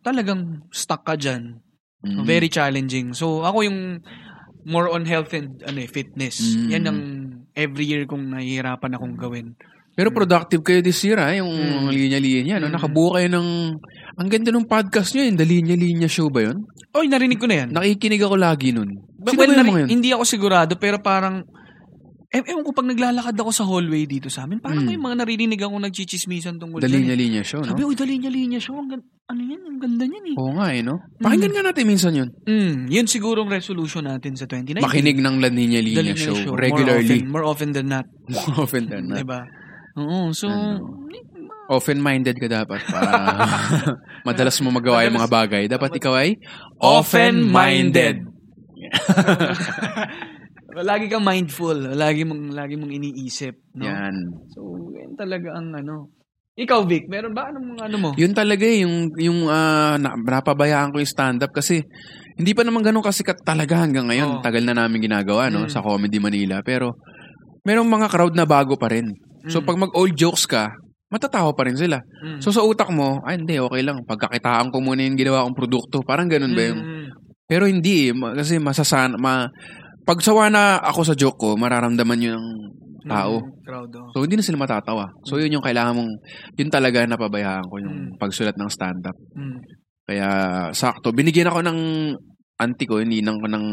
B: talagang stuck ka dyan.
A: Mm.
B: Very challenging. So, ako yung more on health and ano, eh, fitness.
A: Mm.
B: Yan ang every year kong nahihirapan akong gawin.
A: Pero productive kayo this year, ha? Yung
B: Mm.
A: linya-linya, no?
B: Mm.
A: Nakabuo kayo ng... Ang ganda ng podcast nyo, yung The Linya-Linya Show ba yun?
B: Oy, narinig ko na yan.
A: Nakikinig ako lagi nun.
B: Ba-
A: Sino
B: well,
A: ba yung
B: nari-
A: mga yun?
B: Hindi ako sigurado, pero parang Eh, ewan ko, pag naglalakad ako sa hallway dito sa amin, parang
A: Mm.
B: may mga naririnig ako nagchichismisan tungkol
A: The
B: dyan. eh.
A: linya-linya show, no?
B: Sabi, uy, dalinya-linya siya. Ang gan- ano yan? Ang ganda niyan eh.
A: Oo nga eh, no? Pakinggan nga natin minsan yun.
B: Mm, yun sigurong resolution natin sa
A: Oh.
B: 2019.
A: Makinig ng La Niña
B: The
A: Linya
B: Linya
A: show,
B: Show,
A: regularly.
B: More often, more often than not.
A: More often than not.
B: Diba? Oo, so...
A: Ano. Open-minded ka dapat para [laughs] madalas mo magawa yung mga bagay. Dapat ikaw ay open-minded.
B: lagi kang mindful. Lagi mong, lagi mong iniisip. No?
A: Yan.
B: So, yun talaga ang ano. Ikaw, Vic, meron ba? Anong ano mo?
A: Yun talaga eh, yung, yung ah, na, napabayaan ko yung stand-up kasi hindi pa naman ganun kasikat talaga hanggang ngayon.
B: Oo.
A: Tagal na namin ginagawa no,
B: Mm.
A: sa Comedy Manila. Pero merong mga crowd na bago pa rin. So
B: Mm.
A: pag mag-old jokes ka, matatawa pa rin sila.
B: Mm.
A: So sa utak mo, ay hindi, okay lang. Pagkakitaan ko muna yung ginawa kong produkto. Parang ganun ba yung...
B: Mm.
A: Pero hindi eh, ma- kasi masasana... Ma, pagsawa na ako sa joke ko, mararamdaman yung tao.
B: Mm, Crowd, oh.
A: So hindi na sila matatawa. So yun yung kailangan mong... Yun talaga napabayaan ko yung
B: Mm.
A: pagsulat ng stand-up.
B: Mm.
A: Kaya sakto. Binigyan ako ng auntie ko, hininang ko ng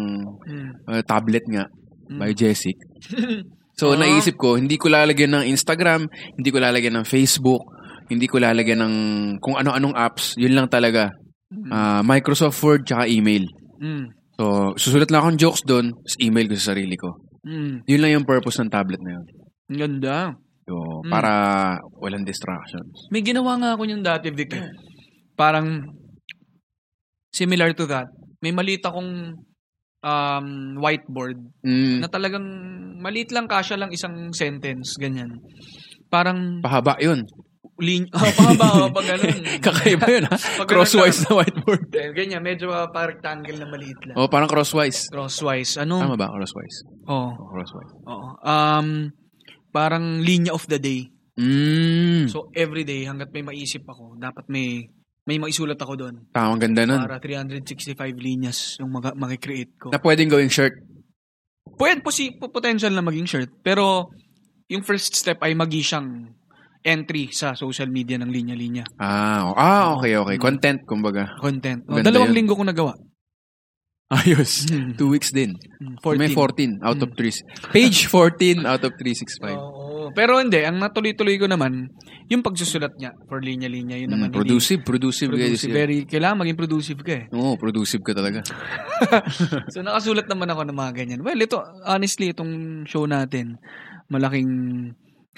B: Mm.
A: uh, tablet nga
B: Mm. [laughs]
A: by Jessic. So
B: Ah.
A: naisip ko, hindi ko lalagyan ng Instagram, hindi ko lalagyan ng Facebook, hindi ko lalagyan ng kung ano-anong apps. Yun lang talaga.
B: Mm.
A: Ah, Microsoft Word tsaka email.
B: Mm.
A: So, susulat lang akong jokes doon, tapos email ko sa sarili ko.
B: Mm.
A: Yun lang yung purpose ng tablet na yun.
B: Ang Ganda.
A: So,
B: Mm.
A: para walang distractions.
B: May ginawa nga ako yung dati, Vic. eh. Parang similar to that. May maliit akong um, whiteboard
A: Mm,
B: na talagang maliit lang kasya lang isang sentence, ganyan. Parang
A: pahaba yun. [laughs]
B: [laughs] lin... Oh, pahaba, oh, pag ganun.
A: Kakaiba yun, ha?
B: Pag ganun
A: crosswise na
B: [laughs]
A: whiteboard.
B: ka- Eh, Ganyan, medyo uh, parang rectangle na maliit lang.
A: O, parang crosswise.
B: Crosswise, ano?
A: Oh. Tama ba? Crosswise.
B: Oo.
A: O, crosswise.
B: oo. Um, parang linya of the day.
A: Mm.
B: So every day hangga't may maisip ako, dapat may may maisulat ako doon.
A: Tama, Ah, ang ganda nun.
B: Para 365 linyas yung mag- makikreate ko.
A: Na pwedeng gawing shirt.
B: Pwede po si po- potential na maging shirt, pero yung first step ay magi siyang entry sa social media ng linya-linya.
A: Ah, o- ah okay, okay.
B: Mm.
A: Content,
B: [laughs]
A: kumbaga.
B: Content. O,
A: Ganda
B: dalawang
A: yun.
B: linggo ko nagawa.
A: Ayos.
B: Mm.
A: [laughs] Two weeks din.
B: Mm,
A: May 14 out of 3. Page 14 out of 365.
B: [laughs] Oo. Pero hindi, ang natuloy-tuloy ko naman, yung pagsusulat niya for linya-linya, yun naman.
A: Mm,
B: hindi-
A: productive, productive.
B: Productive.
A: productive.
B: Very, kailangan maging productive ka
A: [laughs]
B: eh.
A: Oo, productive ka talaga.
B: so nakasulat naman ako ng mga ganyan. Well, ito, honestly, itong show natin, malaking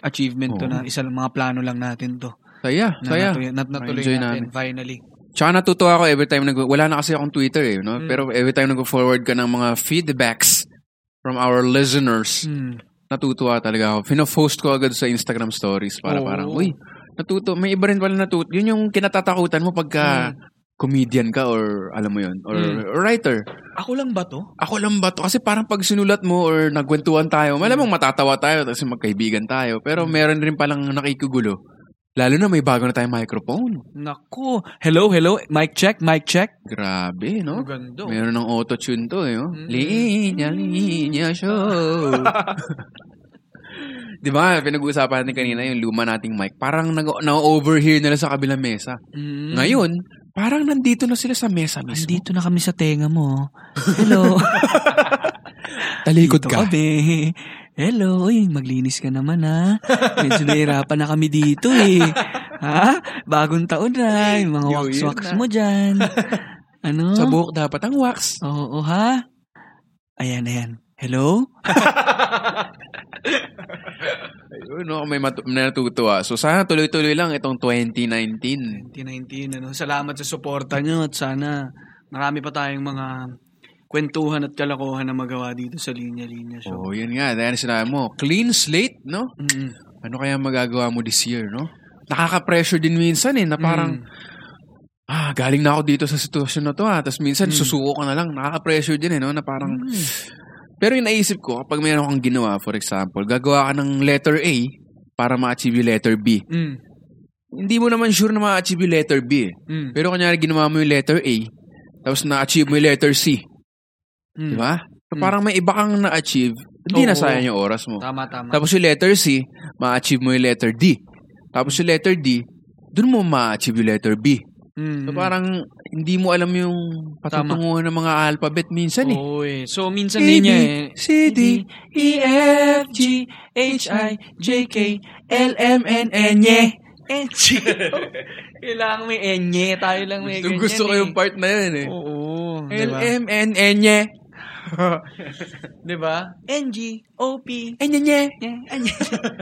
B: achievement to
A: Oo.
B: na isa lang, mga plano lang natin to.
A: Saya,
B: Na
A: saya.
B: natuloy, nat- natuloy
A: Enjoy
B: natin, finally.
A: Tsaka natutuwa ako every time nag... Wala na kasi akong Twitter eh, no?
B: Mm.
A: Pero every time nag-forward ka ng mga feedbacks from our listeners,
B: Hmm.
A: natutuwa talaga ako. Pinopost ko agad sa Instagram stories para
B: Oo.
A: parang, uy, natuto. May iba rin pala natuto. Yun yung kinatatakutan mo pagka comedian ka or alam mo yun, or,
B: Mm.
A: or writer.
B: Ako lang ba to?
A: Ako lang ba to? Kasi parang pag sinulat mo or nagkwentuhan tayo, malamang matatawa tayo kasi magkaibigan tayo. Pero meron rin palang nakikugulo. Lalo na may bago na tayong microphone.
B: Naku. Hello, hello. Mic check, mic check.
A: Grabe, no?
B: Maganda.
A: Meron ng auto-tune to, eh. Oh.
B: Mm.
A: Linya, linya show. [laughs] Di ba, pinag-uusapan natin kanina yung luma nating mic. Parang nag- na-overhear nila sa kabilang mesa.
B: Mm.
A: Ngayon, parang nandito na sila sa mesa mismo.
B: Andito na kami sa tenga mo. oh. [laughs] Hello.
A: Talikod
B: Dito kami. Hello, uy, maglinis ka naman ha. Medyo nahirapan na kami dito eh. Ha? Bagong taon na, yung mga
A: New Year
B: wax-wax
A: na.
B: mo [laughs] dyan. Ano?
A: Sa buhok dapat ang wax.
B: Oo, ha? Ayan, ayan. Hello?
A: Ayun, no? may matu- may natutuwa. So, sana tuloy-tuloy lang itong 2019.
B: 2019, ano? Salamat sa suporta nyo at sana marami pa tayong mga kwentuhan at kalokohan na magawa dito sa Linya Linya Show.
A: Oo, Oh, yun nga. Dahil sinabi mo, clean slate, no?
B: Mm.
A: Ano kaya magagawa mo this year, no? Nakaka-pressure din minsan eh, na parang, ah, galing na ako dito sa sitwasyon na to ah. Tapos minsan
B: Hmm.
A: susuko ka na lang. Nakaka-pressure din eh, no? Na parang,
B: Mm,
A: pero yung naisip ko, kapag mayroon kang ginawa, for example, gagawa ka ng letter A para ma-achieve yung letter B.
B: Mm.
A: Hindi mo naman sure na ma-achieve yung letter B. eh.
B: Mm.
A: Pero kunyari, ginawa mo yung letter A, tapos na-achieve mo yung letter C.
B: Mm.
A: Di ba? So, parang may iba kang na-achieve, hindi
B: Oo.
A: nasayang yung oras mo.
B: Tama, tama.
A: Tapos yung letter C, ma-achieve mo yung letter D. Tapos yung letter D, dun mo ma-achieve yung letter B.
B: Mm.
A: So parang hindi mo alam yung patutunguhan ng mga alphabet minsan eh.
B: Oy, so minsan
A: A, B,
B: din niya eh.
A: C, D,
B: E, F, G, H, I, J, K, L, M, N, Enye. Enye. [laughs] Kailangan may enye. Tayo lang may
A: Gusto, gusto ko
B: eh.
A: yung part na yun eh.
B: Oo. diba?
A: L-M-N-N-Y.
B: Diba? NG, OP.
A: N-N-Y.
B: Yeah, enye.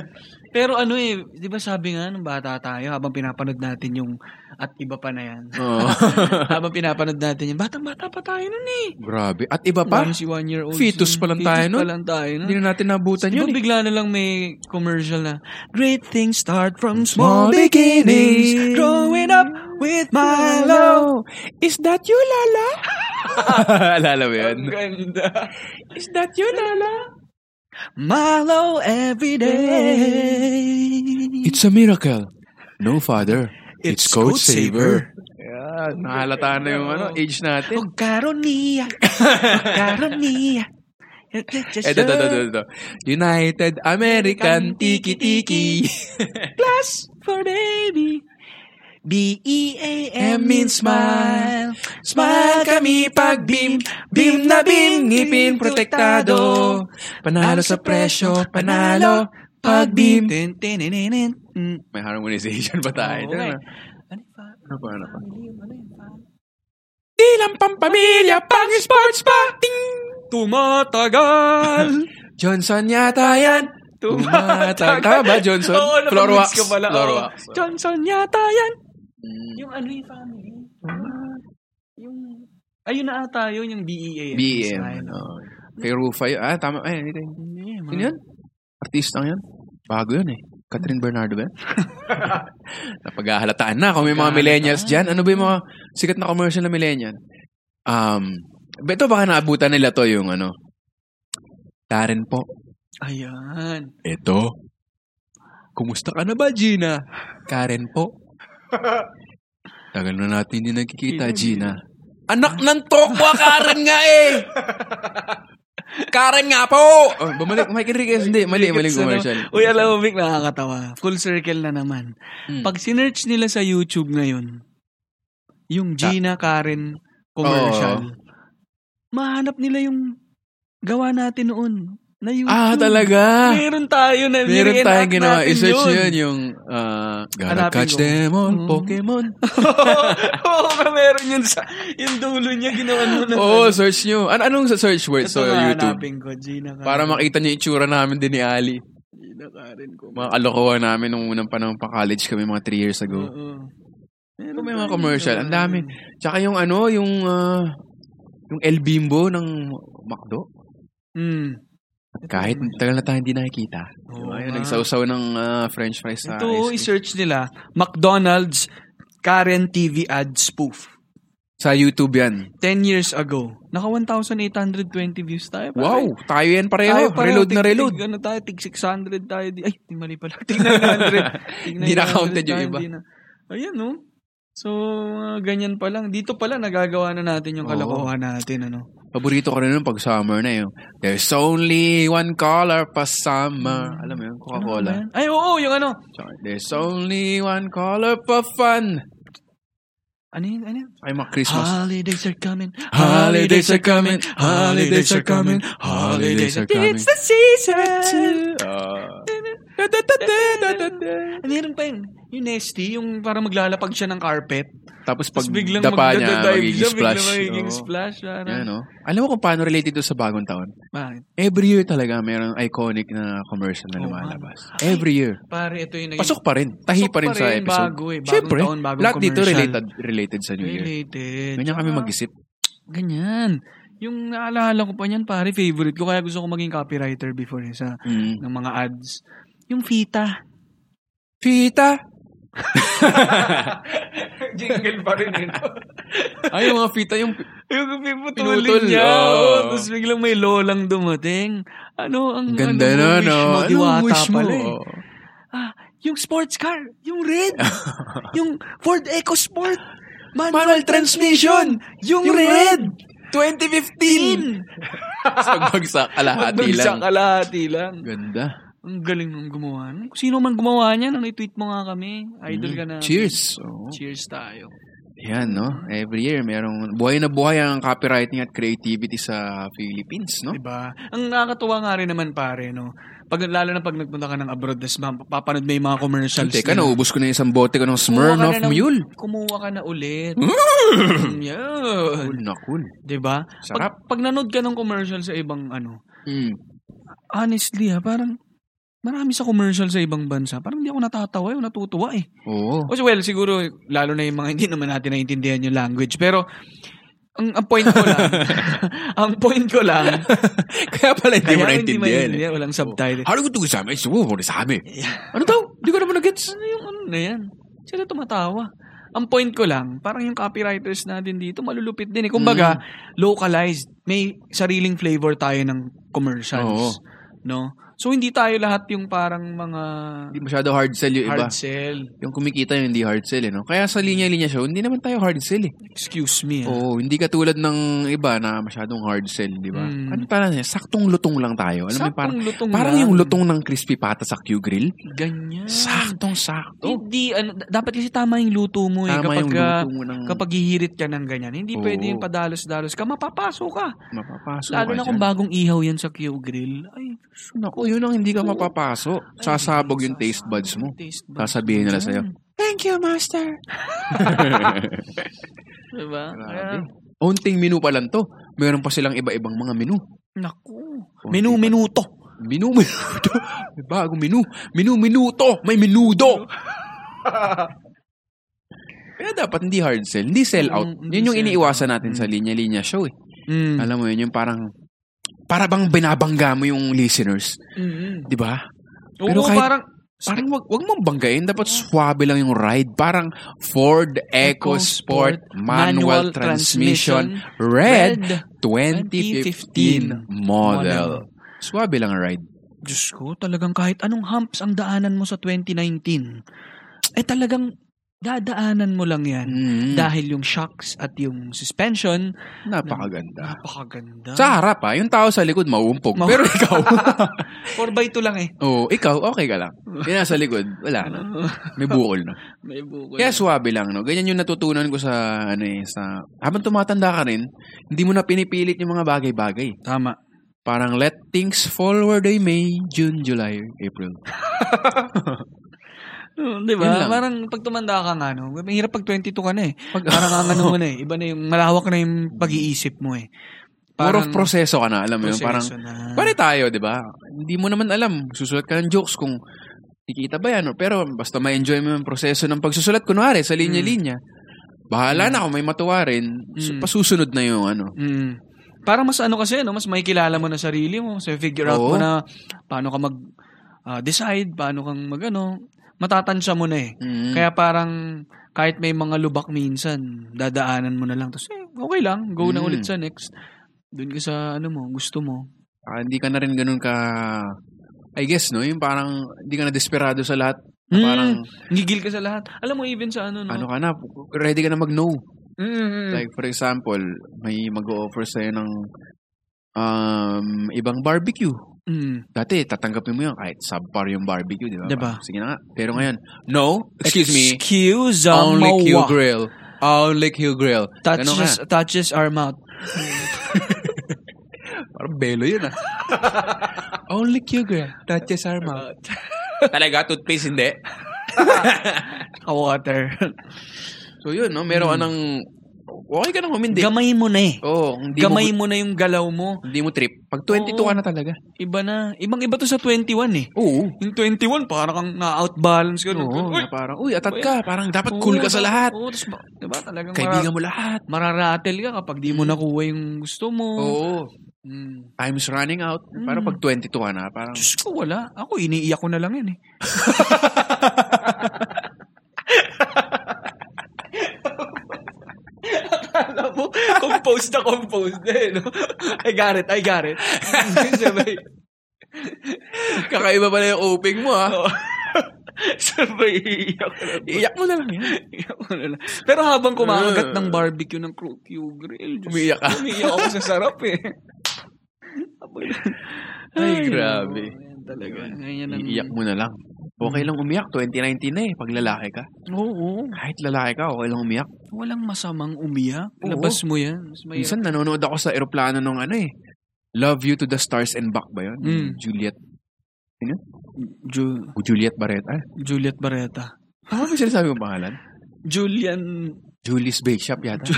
B: [laughs] Pero ano eh, di ba sabi nga nung bata tayo habang pinapanood natin yung at iba pa na yan.
A: Oo.
B: [laughs] habang pinapanood natin yun, batang-bata pa tayo nun eh.
A: Grabe. At iba pa,
B: Ano si one year old.
A: Fetus pa lang tayo nun.
B: Fetus pa lang tayo nun.
A: hindi na natin nabutan
B: Di ba
A: yun eh.
B: bigla na lang may commercial na Great things start from
A: Small
B: small
A: beginnings.
B: beginnings Growing up with Milo
A: Is that you,
B: [laughs]
A: Lala? Alala mo yun?
B: ganda
A: Is that you, Lala?
B: Milo every day
A: It's a miracle. No, father. It's, Code Saver. Nahalata na yung ano, age
B: Oh,
A: natin.
B: Magkaroniya [laughs] Magkaroniya
A: Eh, do, do, do, do, do. United American Tiki Tiki.
B: Class for baby B-E-A-M means smile
A: Smile kami pag beam, beam na beam, ngipin protektado. Panalo sa presyo, panalo, pag beam.
B: Tin, tin, tin, tin, tin. Mm.
A: May harmonization pa tayo.
B: Oo,
A: Okay.
B: eh. Ano pa?
A: Ano pa, ano pa?
B: Ano yung pa?
A: Di lang pampamilya, pang sports pa! Ting! [laughs]
B: Tumatagal!
A: Johnson yata yan! Tumatagal. Tama ba, Johnson?
B: Oo, napag-mix
A: Floroax.
B: ko pala. Oo.
A: Floroax.
B: Johnson yata yan.
A: Hmm.
B: Yung ano yung family? Yung... Ayun na ata yun, yung E BEA.
A: BM. ano. Kay Rufa yun. Ah, tama. Ay, hindi.
B: Hmm.
A: Sino yun? Artistang yun? Bago yun eh. Catherine Bernardo ya. ba? yun? Napag-ahalataan na kung may mga millennials Anu, dyan. Ano ba yung mga sikat na commercial na millennial? Um, ito baka naabutan nila to yung ano. Taren po.
B: Ayan.
A: Eto. Kumusta ka na ba, Gina? Karen po.
B: [laughs]
A: Tagal na natin hindi nagkikita, Gina. Anak ng tokwa, Karen nga
B: [laughs]
A: eh! Karen nga po! Oh, bumalik, Mike Enriquez, hindi, mali, mali
B: Gets na
A: commercial.
B: naman. ano? Uy, alam mo, Vic, nakakatawa. Full circle na naman.
A: Hmm.
B: Pag sinerch nila sa YouTube ngayon, yung Gina Karen commercial, mahanap nila yung gawa natin noon na YouTube.
A: Ah, talaga?
B: Meron tayo na
A: Meron
B: nire-enact
A: tayong ginawa.
B: natin
A: I-search
B: yun.
A: yun. yung ah, Gotta
B: Hanapin
A: catch
B: ko.
A: them all,
B: Mm. [laughs]
A: Pokemon.
B: [laughs] Oo, meron yun sa, yung dulo niya, ginawa mo na.
A: Oo, search nyo. An anong sa search word
B: Ito
A: sa
B: nga,
A: YouTube?
B: hanapin ko, Gina Karen.
A: Para makita nyo yung itsura namin din ni Ali.
B: Gina Karen ko.
A: Mga kalokohan namin nung unang panahon pa college kami mga 3 years ago.
B: Oo. Meron
A: Kung may mga
B: tayong
A: commercial,
B: ginawa
A: ang dami.
B: nun.
A: Tsaka yung ano, yung ah, yung El Bimbo ng McDo.
B: Hmm.
A: Kahit tagal na tayo hindi nakikita.
B: Oo
A: Diba? Yung
B: nga.
A: nagsausaw ng ah, french fries sa
B: Ito,
A: ice cream.
B: i-search nila, McDonald's Karen TV ad spoof.
A: Sa YouTube yan.
B: 10 years ago. Naka 1,820 views tayo. pare.
A: Wow! Tayo yan
B: Tayo
A: pareho.
B: pareho,
A: reload na
B: tig-
A: reload.
B: Tig, ano tayo, tig 600 tayo. di- Ay, di mali pala. Tig
A: [laughs]
B: 900. Tig
A: Hindi na
B: 900
A: counted yung
B: tayo,
A: iba.
B: hindi na. Ayan, no? So, ah, ganyan pa lang. Dito pala, nagagawa na natin yung
A: Oo.
B: kalokohan natin, ano?
A: Paborito ko rin nun pag summer na yun. There's only one color pa summer. Alam mo yun?
B: Ano
A: Coca-Cola.
B: ba yan? Ay, oo, yung ano.
A: Tsaka, There's only one color pa fun.
B: Ano yun, ano yun?
A: Ay, mga Christmas.
B: Holidays are coming.
A: Holidays are coming, holidays are coming, holidays are coming.
B: It's the season.
A: Ah.
B: Ah, Meron pa yun. Yung nasty, yung para maglalapag siya ng carpet.
A: Tapos pag
B: Tapos biglang
A: dapa niya,
B: magdadive
A: magiging
B: siya,
A: splash.
B: biglang magiging
A: Oo.
B: splash. Parang,
A: Yan, no? Alam mo kung paano related to sa bagong taon?
B: Bakit?
A: Every year talaga mayroong iconic na commercial na
B: Oo,
A: lumalabas. Every year.
B: Pare, ito yung naging...
A: Pasok pa rin. Tahi
B: Pasok
A: pa rin
B: pa
A: sa
B: rin,
A: episode.
B: bago eh, bagong
A: Siyempre,
B: taon, bagong
A: lahat dito
B: commercial.
A: related, related sa New Year.
B: Related.
A: Ganyan kami
B: Tsaka,
A: mag-isip.
B: Ganyan. Yung naalala ko pa niyan, pare, favorite ko. Kaya gusto ko maging copywriter before eh, sa
A: Mm.
B: ng mga ads. Yung Fita.
A: Fita!
B: [laughs] Jingle pa rin yun. [laughs]
A: Ay, yung mga fita, [laughs] yung
B: yung
A: Pinutol,
B: pinutulin niya.
A: oo.
B: Oh. Tapos biglang may lolang dumating. Ano ang
A: ganda na,
B: ano, wish
A: no?
B: mo,
A: Anong
B: diwata
A: wish mo?
B: pala eh. Ah, yung sports car, yung
A: [laughs]
B: red, yung Ford EcoSport, manual,
A: Manual transmission!
B: yung,
A: Yung
B: red,
A: [laughs] 2015! Pagbagsak, alahati
B: Magbagsak
A: lang.
B: kalahati lang.
A: Ganda.
B: Ang galing ng
A: Hmm.
B: gumawa. nun. Kung sino man gumawa niyan, ano, i-tweet mo nga kami. Idol ka na.
A: Mm. Cheers. Oo.
B: Cheers tayo.
A: Yan, no? Every year, merong buhay na buhay ang copywriting at creativity sa Philippines, no?
B: Diba? Ang nakakatuwa nga rin naman pare, no? Pag, lalo na pag nagpunta ka ng abroad, tas ma- papanood mo yung mga commercials.
A: Teka,
B: nila.
A: naubos ko na isang bote ko ng
B: Kumuha ka na
A: Smirnoff
B: ng-
A: Mule.
B: Kumuha ka na ulit.
A: Mm.
B: Mm,
A: Cool
B: Yun.
A: na cool.
B: Diba?
A: Sarap.
B: Pag, pag nanood ka ng commercial sa ibang ano,
A: Mm.
B: honestly ha, parang marami sa commercial sa ibang bansa. Parang hindi ako natatawa eh, o natutuwa eh.
A: Oo.
B: O, well, siguro, lalo na yung mga hindi naman natin naintindihan yung language. Pero, ang, ang point ko
A: [laughs]
B: lang, ang point ko lang,
A: [laughs] Kaya pala hindi mo
B: kaya hindi
A: naintindihan. eh.
B: maintindihan, walang subtitle.
A: Ano ko ito sabi? Subo mo sabi. Ano daw? Hindi ko naman na-gets.
B: Ano yung ano na yan? Sila tumatawa. Ang point ko lang, parang yung copywriters natin dito, malulupit din eh. Kumbaga,
A: Mm-hmm.
B: localized. May sariling flavor tayo ng commercials.
A: Oo.
B: No? So, hindi tayo lahat yung parang mga
A: Hindi masyado hard sell yung iba.
B: hard sell.
A: Yung kumikita yung hindi hard sell, eh, no? Kaya sa linya-linya show, hindi naman tayo hard sell, eh.
B: Excuse me. ah.
A: Oo, hindi katulad ng iba na masyadong hard sell, di ba?
B: Mm.
A: Ano parang, eh, saktong lutong lang tayo. Alam mo,
B: Saktong
A: parang,
B: lutong
A: parang
B: lang.
A: yung lutong ng crispy pata sa Q-grill. Mm.
B: Ganyan.
A: Saktong-sakto.
B: Hindi, ano, d- dapat kasi tama yung luto mo eh.
A: Tama
B: kapag,
A: yung
B: ah,
A: luto mo ng
B: kapag hihirit ka ng ganyan. Hindi
A: Oo.
B: pwede yung padalos-dalos ka. Mapapasok ka.
A: mapapasok ka
B: Lalo na kung
A: dyan.
B: bagong ihaw yan sa Q-Grill. Ay,
A: Naku, yun ang hindi ka mapapaso. Sasabog yung taste buds mo.
B: Taste buds. Hmm,
A: Sasabihin nila
B: Mm.
A: sa'yo. Thank you, [laughs] master.
B: Diba? Kaya,
A: Grabe. Unting menu pa lang to. Meron pa silang iba-ibang mga menu.
B: naku.
A: Konti
B: Menu,
A: pa.
B: menuto.
A: Minu, minuto. May bagong minu. Minu, minuto. May
B: [laughs]
A: minudo. Kaya dapat hindi hard sell. Hindi sell out.
B: Mm, hindi
A: Yun yung
B: sell
A: iniiwasan natin
B: Mm.
A: sa linya-linya show eh.
B: Mm.
A: Alam mo yun, yung parang para bang binabangga mo yung listeners,
B: Mm.
A: 'di ba?
B: Pero
A: Pero kahit-
B: parang,
A: Parang wag wag mong banggain, dapat swabe lang yung ride. Parang Ford EcoSport manual transmission red 2015 model. Swabe lang ang ride.
B: Diyos ko, talagang kahit anong humps ang daanan mo sa 2019, eh talagang dadaanan mo lang yan.
A: Mm,
B: Dahil yung shocks at yung suspension,
A: napakaganda.
B: napakaganda.
A: Sa harap ah, yung tao sa likod mauumpog.
B: Mau-
A: Pero [laughs] ikaw,
B: 4 by 2 lang eh.
A: oh, ikaw okay ka lang. Yung nasa likod, wala na. [laughs] May bukol na.
B: May bukol.
A: Kaya swabe lang, no? Ganyan yung natutunan ko sa, ano eh, sa, habang tumatanda ka rin, hindi mo na pinipilit yung mga bagay-bagay.
B: Tama.
A: Parang let things fall where they may, June, July, April.
B: Mm, Di
A: Yun
B: ba?
A: lang.
B: Parang pag tumanda ka nga, no? Mahirap pag 22 ka na eh.
A: Pag,
B: Parang ang ano mo
A: [laughs]
B: na eh. Iba na yung, malawak na yung pag-iisip mo eh.
A: more of proseso ka na, alam mo yun.
B: proseso
A: Parang,
B: na.
A: pare tayo, di ba? Hindi mo naman alam, susulat ka ng jokes kung ikita ba yan, no? pero basta ma-enjoy mo yung proseso ng pagsusulat, kunwari, sa linya-linya.
B: Hmm.
A: Bahala na kung may matuwa rin, su-
B: Mm.
A: pasusunod na yung ano.
B: Mm. Parang mas ano kasi, no? mas may kilala mo na sarili mo. So, figure out
A: Oo.
B: mo na paano ka mag-decide, paano kang mag ano. Matatansya mo na eh.
A: Mm.
B: Kaya parang kahit may mga lubak minsan, dadaanan mo na lang. Tapos, eh, okay lang. Go na
A: Mm.
B: ulit sa next. Doon ka sa ano mo, gusto mo.
A: Ah, hindi ka na rin ganun ka I guess no, yung parang hindi ka na desperado sa lahat.
B: Mm.
A: Parang
B: Ngigil ka sa lahat. Alam mo, even sa ano, no?
A: ano ka na, ready ka na mag-no.
B: Mm.
A: Like for example, may mag-o-offer sa ng um, ibang barbecue.
B: Mm.
A: Dati tatanggapin mo yun kahit subpar yung barbecue, di ba?
B: Diba?
A: Sige na nga. Pero ngayon, no, excuse me,
B: Excuse
A: only
B: me.
A: Q Grill. Only Q Grill. Ganun
B: Touches,
A: ka.
B: touches our
A: [laughs]
B: mouth.
A: Parang belo yun [laughs] ah. only Q Grill. Touches our mouth. Talaga, toothpaste hindi.
B: Water.
A: So yun, no? Meron ka
B: Hmm.
A: ng... Okay ka nang humindi.
B: Gamay mo na eh.
A: Oo, oh, hindi,
B: Gamay
A: mo,
B: mo na yung galaw mo.
A: hindi mo trip. Pag 22 ka
B: Oo.
A: na talaga.
B: Iba na. Ibang iba to sa 21 eh.
A: Oo.
B: Yung 21, parang kang na-outbalance ka.
A: Oo,
B: Uy!
A: na parang, uy, atat
B: Uy.
A: ka. Parang dapat
B: Oo,
A: cool ka sa lahat.
B: Oo, tapos ba- diba talagang
A: Kaibigan mo lahat.
B: mara- mararatel ka kapag di mo nakuha yung gusto mo.
A: Oo.
B: Mm.
A: Time's running out.
B: Hmm.
A: Parang pag 22 ka na, parang...
B: Diyos ko, wala. Ako, iniiyak ko na lang yan eh. Akala mo, composed na composed na eh, no? I got it, I got it. [laughs] Sabay,
A: Kakaiba pala yung opening mo, ah. ha?
B: sabay iiyak ko na.
A: Iyak mo na lang yan.
B: Iyak ko na lang. Pero habang kumakagat ng barbecue ng Crew Q Grill, Diyos
A: Umiiyak ka.
B: ko, Mm. Umiiyak ako sa sarap eh.
A: Ay, grabe.
B: Ayan talaga. Ganyan ang... Hmm.
A: Iiyak mo na lang. Okay lang umiyak. 2019 na eh. Pag lalaki ka.
B: Oo.
A: Kahit lalaki ka, okay lang umiyak.
B: Walang masamang umiyak.
A: Oo.
B: Labas mo yan. Mas mahirap.
A: Minsan nanonood ako sa eroplano ng ano eh. Love You to the Stars and Back ba yun?
B: Mm.
A: Juliet.
B: Ju-
A: Juliet Barreta. Ah,
B: Juliet Barreta.
A: tama ba yung sinasabi kong pangalan?
B: Julian.
A: Julie's Bake Shop yata.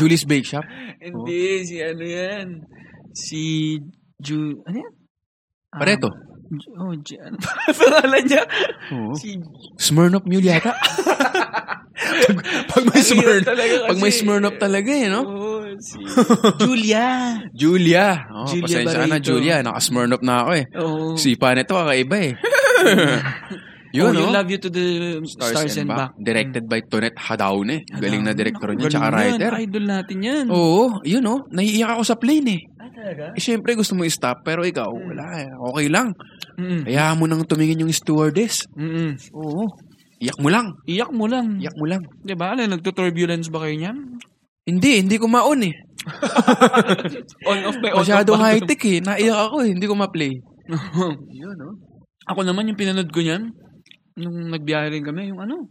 A: Julie's Bake Shop?
B: Hindi, si ano yan. Si Ju... Ano yan? Ah,
A: Pareto.
B: Ju- oh, Ju- ano pa [laughs] pangalan niya?
A: Oo. [laughs]
B: Si
A: Smirnoff Mule
B: [laughs]
A: yata. pag, pag may
B: Ano yun
A: Smirnoff.
B: talaga
A: Pag may
B: kasi?
A: Smirnoff talaga eh, no?
B: Oo,
A: [laughs]
B: si Julia.
A: Julia. Oh,
B: Julia
A: pasensya ka na,
B: Barreto.
A: Julia. Naka-Smirnoff na ako eh.
B: Oo.
A: Sipa nito, kakaiba
B: [laughs]
A: eh.
B: You,
A: Yun, oh. no?
B: Love You to the Stars, and, Back. Hmm.
A: Directed by Tonet Hadaune. Galing na director niya,
B: Galing
A: tsaka
B: yan.
A: writer.
B: Idol natin yan.
A: Oo, yun oh. Naiiyak ako sa plane eh.
B: Ah, talaga?
A: eh Siyempre, gusto mo i-stop, pero ikaw, wala eh. Okay lang.
B: Mm.
A: Hayaan mo nang tumingin yung stewardess.
B: Mm-mm.
A: Oo. Iyak mo lang.
B: Iyak mo lang.
A: Iyak mo lang.
B: Di ba? Ano, nagtuturbulence ba kayo niyan?
A: Hindi, hindi ko maon eh.
B: On off by
A: Masyado
B: [laughs]
A: high-tech eh. Naiyak ako eh. Hindi ko ma-play. Yun oh.
B: Ako naman yung pinanood ko niyan, nung nagbiyahe rin kami, yung ano,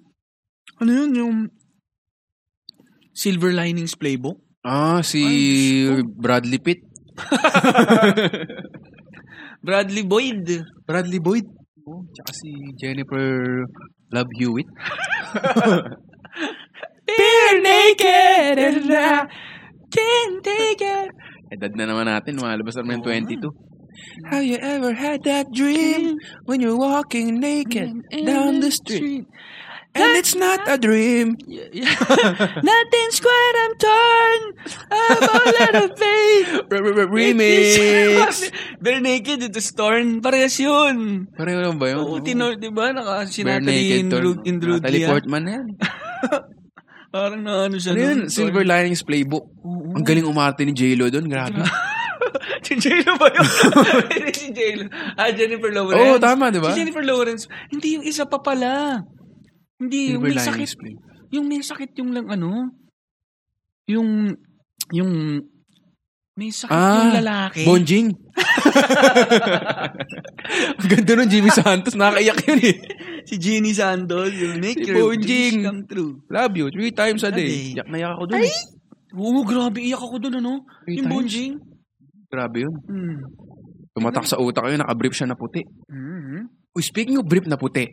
B: ano yun, yung Silver Linings Playbook.
A: Ah, si Bradley Pitt.
B: Bradley Boyd.
A: Bradley Boyd. Oh, tsaka si Jennifer Love [laughs] Hewitt.
B: Bare naked and I can't take it.
A: Edad na naman natin, malabas naman yung 22. Have you ever had that dream when you're walking naked down the street? And it's not a dream. [laughs]
B: Nothing's quite, I'm torn. I'm all out of faith. [laughs]
A: Remix!
B: Bare naked, ito storm. Parehas yun.
A: Pareho lang ba yun?
B: Oo, tino, di ba? Naka, si
A: Bare Ano?
B: Natalie
A: naked turn.
B: Indru-
A: Natalie
B: Indrudia.
A: Portman na yan.
B: Parang na ano siya.
A: Ano yun?
B: nun, torn.
A: Silver Linings Playbook.
B: Oo. [laughs]
A: Ang galing umarte ni J-Lo doon. Grabe.
B: si J-Lo
A: [laughs]
B: ba yun? Hindi si J-Lo. Ah, Jennifer Lawrence.
A: Oo, tama, di ba?
B: Si Jennifer Lawrence. Hindi, yung isa pa pala. Hindi, yung
A: Silver
B: may
A: Linings
B: sakit.
A: Playbook.
B: Yung may sakit yung lang ano. Yung, yung, may sakit
A: Ah,
B: yung lalaki.
A: Bonjing. [laughs] Ang ganda nun, Jimmy Santos. Nakakaiyak yun eh.
B: si Jeannie Sandoz. Yung make
A: Si
B: your
A: Bonjing.
B: dreams come true.
A: Love you three times a
B: A day.
A: day. Iyak na iyak ako eh. doon.
B: Oo, grabe. Iyak ako dun, ano?
A: Three
B: yung
A: times?
B: Bonjing.
A: Grabe yun.
B: Mm.
A: Tumatak sa utak ko yun, nakabrief siya na puti.
B: Mm.
A: Uy, speaking of brief na puti,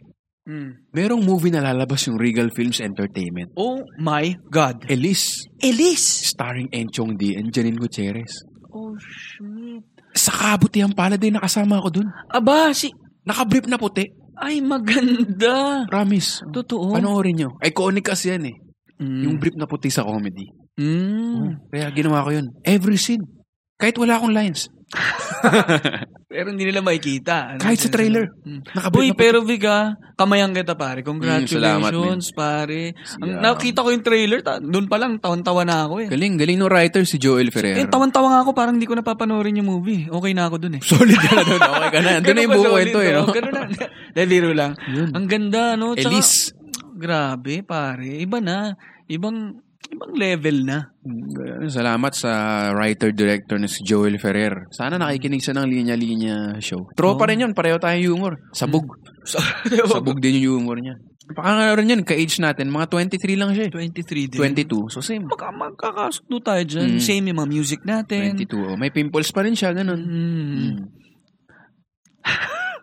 B: Mm.
A: merong movie na lalabas yung Regal Films Entertainment.
B: Oh my God.
A: Elise,
B: Elise!
A: starring Enchong D and Janine Gutierrez.
B: Oh, shit.
A: Sa kabutihan pala din eh. nakasama ako dun.
B: Aba, si...
A: Nakabrief na puti.
B: Ay, maganda.
A: Promise.
B: Totoo.
A: Panoorin nyo. Iconic kasi yan eh.
B: Mm.
A: Yung brief na puti sa comedy.
B: Mm.
A: Kaya ginawa ko yun. Every scene. Kahit wala akong lines.
B: Pero hindi nila makikita. Ano
A: Kahit sa
B: sinasabi?
A: trailer.
B: Mm.
A: Nakabrief
B: Uy,
A: na puti.
B: pero Vika, kamayang kita pare.
A: Mm, salamat,
B: Congratulations, pare. Ang,
A: Yeah.
B: nakita ko yung trailer, ta- doon pa lang, tawan-tawa na ako eh.
A: Galing, galing no writer si Joel Ferrero.
B: Eh, tawan-tawa nga ako, parang hindi ko napapanoorin yung movie. Okay na ako dun eh.
A: [laughs] Solid ka na doon. Okay ka na. Andun na
B: Ganun
A: yung
B: ba
A: buong
B: solid,
A: kwento eh.
B: no?
A: No?
B: Ganun
A: [laughs]
B: na. Dahil biro lang.
A: Yun.
B: Ang ganda, no? Tsaka-
A: Elise.
B: Grabe, pare. Iba na. Ibang, ibang level na.
A: Mm, Salamat sa writer-director na si Joel Ferrer. Sana nakikinig siya ng linya-linya show. Tropa rin yun. Pareho tayong humor. Sabog. Oh. [laughs]
B: [laughs]
A: Sabog din yung humor niya. Pakangano rin yun, ka-age natin. Mga 23 lang siya eh.
B: 23 din.
A: 22. So same.
B: Magka- magkakasundo tayo dyan.
A: Mm.
B: Same yung mga music natin.
A: 22. Oh. May pimples pa rin siya, ganun.
B: Mm.
A: Mm.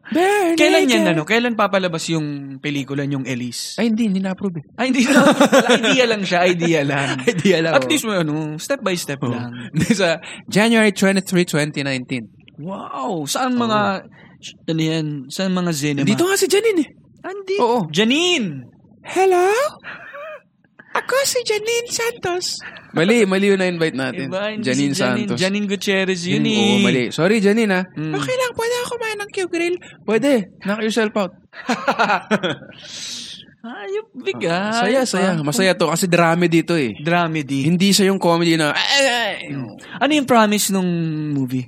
A: Bare
B: Kailan
A: naked.
B: yan, ano? Kailan papalabas yung pelikula yung Elise?
A: Ay, hindi. Hindi na-approve eh.
B: Ay,
A: [laughs]
B: hindi na. Wala, idea lang siya. Idea lang.
A: Idea lang. oh.
B: At least, may ano, step by step
A: [laughs]
B: lang.
A: sa January 23, 2019.
B: Wow! Saan mga,
A: Oh.
B: sh- ano yan? Saan mga cinema?
A: Dito nga si Janine eh.
B: Andi.
A: Oo.
B: Janine!
A: Hello? Ako si Janine Santos. Mali, mali yun na-invite natin.
B: Diba? Hindi
A: Janine, Hmm.
B: si
A: Santos.
B: Janine Gutierrez yun
A: Mm,
B: eh.
A: Oo, mali. Sorry, Janine ha.
B: Mm.
A: Okay lang, pwede ako kumain ng Q-Grill? Pwede. Knock yourself out.
B: Ayop, Ah, bigat.
A: Saya, saya. Masaya to kasi drama dito eh.
B: Dramedy.
A: Hindi siya yung comedy na, "Ay, ay, ay."
B: Ano yung promise nung movie?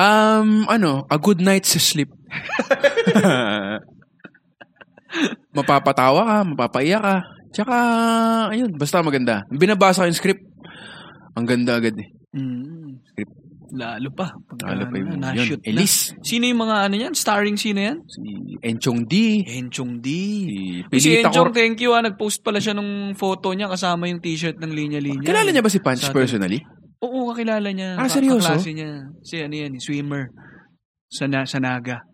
A: um, ano, a good night's
B: [laughs]
A: sleep. mapapatawa ka, mapapaiyak ka. Tsaka, ayun, basta maganda. Binabasa ko yung script. Ang ganda agad eh.
B: Mm. Lalo pa. Pag,
A: Lalo pa yung yun.
B: ano, na-shoot na.
A: Elise.
B: Sino yung mga ano yan? Starring sino yan?
A: Si Enchong D.
B: Enchong D.
A: Si
B: Si
A: Pilita
B: Enchong,
A: Cor...
B: thank you ah. Nag-post pala siya nung photo niya kasama yung t-shirt ng linya-linya.
A: Kilala niya ba si Punch
B: Sa atin.
A: personally?
B: Oo, kakilala niya.
A: Ah,
B: Ka-
A: seryoso?
B: Kaklase niya. Si ano yan, swimmer. Sa, na, sa Naga.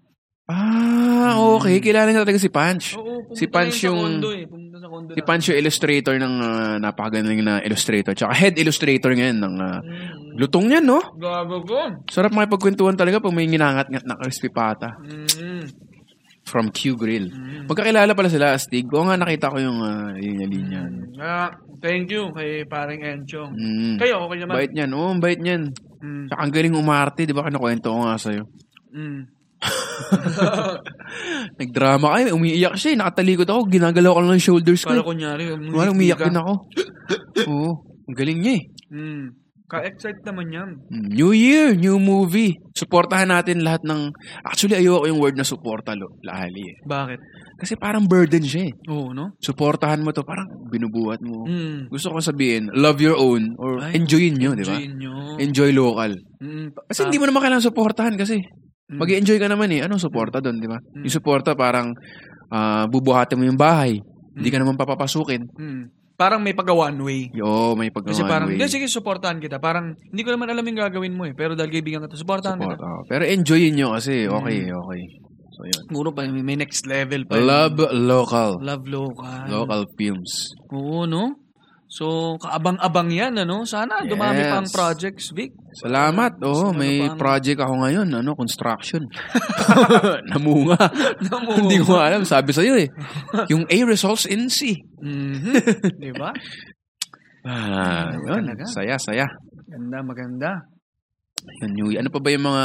A: Ah, okay. Kilala niya talaga si Punch.
B: Hmm. Oo, pumunta
A: Si Punch
B: na yun
A: yung-
B: Sa kondo eh. Pumunta sa kondo
A: Si
B: na.
A: Pancho illustrator ng ah, napakagaling na illustrator. Tsaka head illustrator ngayon ng ah,
B: Mm,
A: lutong niya, no?
B: Gago ko.
A: Sarap makipagkwentuhan talaga pag may nginangat-ngat na crispy pata
B: Mm,
A: from Q Grill.
B: mm.
A: Magkakilala pala sila, Astig. Oo nga, nakita ko yung uh, linya-linya. no?
B: Ah, thank you kay paring Enchong.
A: Mm.
B: Kayo, okay naman.
A: Bait niyan. Oo, ang bait niyan.
B: Mm,
A: Tsaka ang galing umarte, di ba? Kinakwento ko nga sa'yo. [laughs]
B: mm.
A: Nagdrama kayo, umiiyak siya. eh. Nakatalikod ako, ginagalaw ko lang ng shoulders ko.
B: Para
A: eh.
B: kunyari, umuwi
A: Wala, umiiyak
B: ka.
A: din ako. Oo, ang galing niya eh.
B: Mm. Ka-excite naman yan.
A: Mm, New year, new movie. Suportahan natin lahat ng... Actually, ayoko yung word na suporta, lo, lahali eh.
B: Bakit?
A: Kasi parang burden siya eh.
B: Oo, no?
A: Suportahan mo to, parang binubuhat mo.
B: Mm.
A: Gusto ko sabihin, love your own or
B: Ay,
A: enjoyin nyo, di ba?
B: Enjoyin nyo.
A: Enjoy local.
B: Mm, pa-
A: Kasi hindi mo naman kailangan suportahan kasi.
B: Mm.
A: mag enjoy ka naman eh. Anong suporta doon, di ba?
B: Mm.
A: Yung suporta parang ah, bubuhatin mo yung bahay. Hindi ka naman papapasukin.
B: Mm. Parang may pagka-one way.
A: Yo, may pagkawan.
B: Kasi parang, hindi, sige, supportahan kita. Parang, hindi ko naman alam yung gagawin mo eh. Pero dahil kaibigan kita, supportahan kita.
A: Pero enjoyin nyo kasi.
B: Mm.
A: Okay, okay. So, yun.
B: Siguro pa, may may next level pa. yun.
A: Love local.
B: Love local.
A: Local films.
B: Oo, no? So, kaabang-abang yan, ano? Sana dumami
A: Yes.
B: pa ang projects, Vic.
A: Salamat. Oo,
B: Gusto ko
A: may
B: na pang-
A: project ako ngayon. Ano,
B: [laughs]
A: construction. Namunga. [laughs] [laughs]
B: Namunga.
A: Hindi ko alam. Sabi sa'yo eh. Yung A results in C.
B: Mhm. Di ba?
A: Ah, yun.
B: Talaga?
A: Saya, saya.
B: Ganda, maganda.
A: Yan, New Year. Ano pa ba yung mga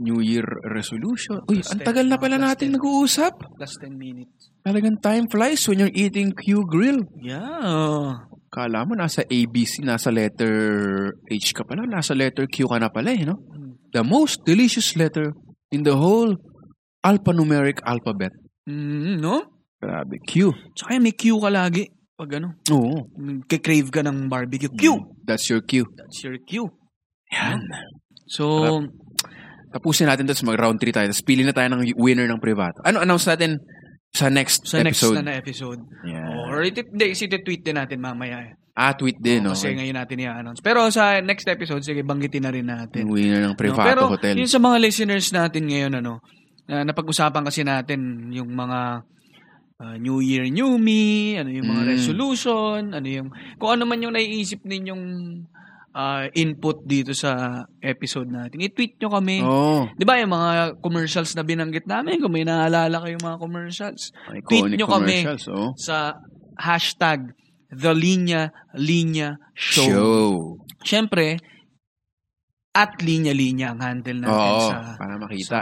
A: New Year resolution? Uy, ang tagal na pala natin nag-uusap.
B: Last 10 minutes.
A: Talagang time flies when you're eating Q Grill.
B: Yeah.
A: Kala mo nasa ABC, nasa letter H ka pala. Nasa letter Q ka na pala eh, no? The most delicious letter in the whole alphanumeric alphabet.
B: Mm, no?
A: Grabe, Q.
B: Tsaka yan, may Q ka lagi. Pag ano,
A: Oo.
B: kikrave ka ng barbecue. Q!
A: That's your Q.
B: That's your Q.
A: Yan.
B: So,
A: Tapusin natin tapos mag-round 3 tayo. Tapos pili na tayo ng winner ng privato. Ano announce natin sa next
B: sa next
A: episode?
B: na na episode.
A: Yeah.
B: Or iti, hindi, iti-tweet din natin mamaya. eh.
A: Ah, tweet din, no?
B: Kasi ngayon natin i-announce. Pero sa next episode, sige, banggitin na rin natin.
A: Yung winner ng
B: No,
A: Privato
B: Pero
A: Hotel.
B: yun sa mga listeners natin ngayon, ano, na napag-usapan kasi natin yung mga ah, New Year, New Me, ano yung mga
A: Mm.
B: resolution, ano yung, kung ano man yung naiisip ninyong ah, input dito sa episode natin. I-tweet nyo kami.
A: Oo.
B: Di ba yung mga commercials na binanggit namin, kung may naalala kayong mga commercials, tweet
A: Iconic
B: nyo kami
A: commercials, oh. oo.
B: sa hashtag The Linya Linya
A: Show.
B: Show. Siyempre, at Linya Linya ang handle natin
A: Oo,
B: sa,
A: para
B: sa
A: makita.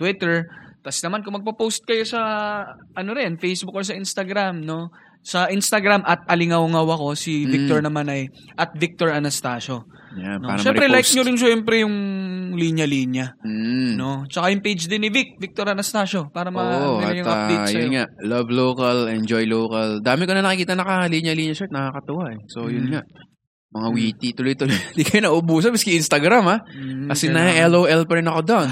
B: Twitter. Tapos naman, kung magpo-post kayo sa, ano rin, Facebook or sa Instagram, no? Sa Instagram, at alingawngaw ako, si
A: Mm.
B: Victor naman ay, at Victor Anastasio.
A: Yan,
B: No?
A: para
B: Siyempre, like
A: ma-repost.
B: nyo rin siyempre yung linya-linya.
A: Mm.
B: No? Tsaka yung page din ni Vic, Victor Anastasio, para
A: Oo,
B: ma- ano
A: at
B: yung
A: ah,
B: update sa'yo.
A: yun nga, love local, enjoy local. Dami ko na nakikita nakalinya-linya shirt, nakakatuwa eh. So, yun
B: Mm.
A: nga. Mga witty, tuloy-tuloy. [laughs] Hindi kayo naubusan, miski Instagram ah. ha.
B: Mm,
A: Kasi
B: kailangan-
A: na LOL pa rin ako doon.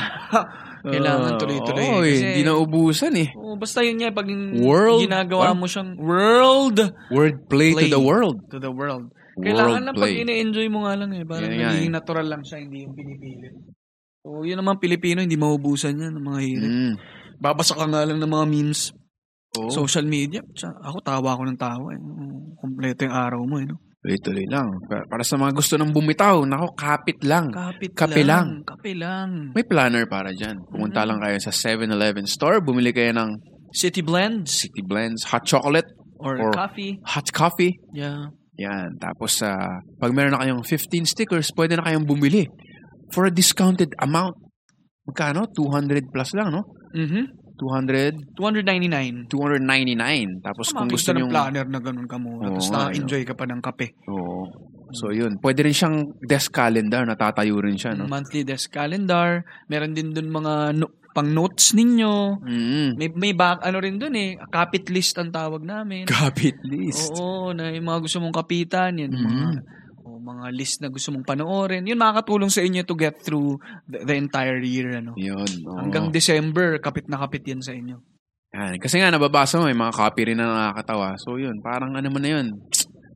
B: Kailangan tuloy-tuloy.
A: Oo, eh,
B: Kasi-
A: hindi naubusan eh.
B: Oo, basta yun nga, pag yung
A: World-
B: ginagawa
A: what?
B: mo siyang world
A: Word play,
B: Play.
A: to the world.
B: to the world.
A: World
B: Kailangan lang pag
A: play.
B: ine-enjoy mo nga lang eh. Parang
A: Yan nga
B: nagiging natural lang siya, hindi yung pinipilit. So, yun naman Pilipino, hindi maubusan yan ng mga hirit.
A: Mm.
B: Babasa ka nga lang ng mga memes.
A: Oo.
B: Social media. Tsa, Ako, tawa ako ng tawa eh. Oo, Kompleto yung araw mo eh. No?
A: Tuloy-tuloy lang. Pa- Para sa mga gusto ng bumitaw, nako, kapit lang.
B: Kapit
A: Kape
B: lang. Kape lang.
A: May planner para dyan. Pumunta
B: Mm-hmm.
A: lang kayo sa 7-Eleven store, bumili kayo ng
B: City blends
A: City Blends, hot chocolate,
B: or,
A: Or-
B: coffee.
A: hot coffee.
B: Yeah.
A: Yan. Tapos, sa pag meron na kayong 15 stickers, pwede na kayong bumili for a discounted amount. Magkano? 200 plus lang, no?
B: Mhm.
A: 200,
B: 299.
A: 299. Tapos
B: Kung
A: kung gusto
B: ng
A: nyo...
B: planner na ganun ka muna.
A: Oo
B: Tapos
A: nga, eh,
B: na-enjoy ka pa ng kape. Hmm.
A: Oo. So, yun. Pwede rin siyang desk calendar. Natatayo rin siya, no?
B: monthly desk calendar. Meron din dun mga no- pang notes ninyo.
A: Mm.
B: May, may back, ano rin dun eh, kapit list ang tawag namin.
A: Kapit list.
B: Oo, na yung mga gusto mong kapitan, yan. yung Mga,
A: Mhm.
B: oh, mga list na gusto mong panoorin. Yun makakatulong sa inyo to get through the, the entire year. Ano.
A: Yun. oo.
B: Hanggang December, kapit na kapit yan sa inyo.
A: Yan. Kasi nga, nababasa mo, may mga copy rin na nakakatawa. So, yun. Parang ano mo na yun.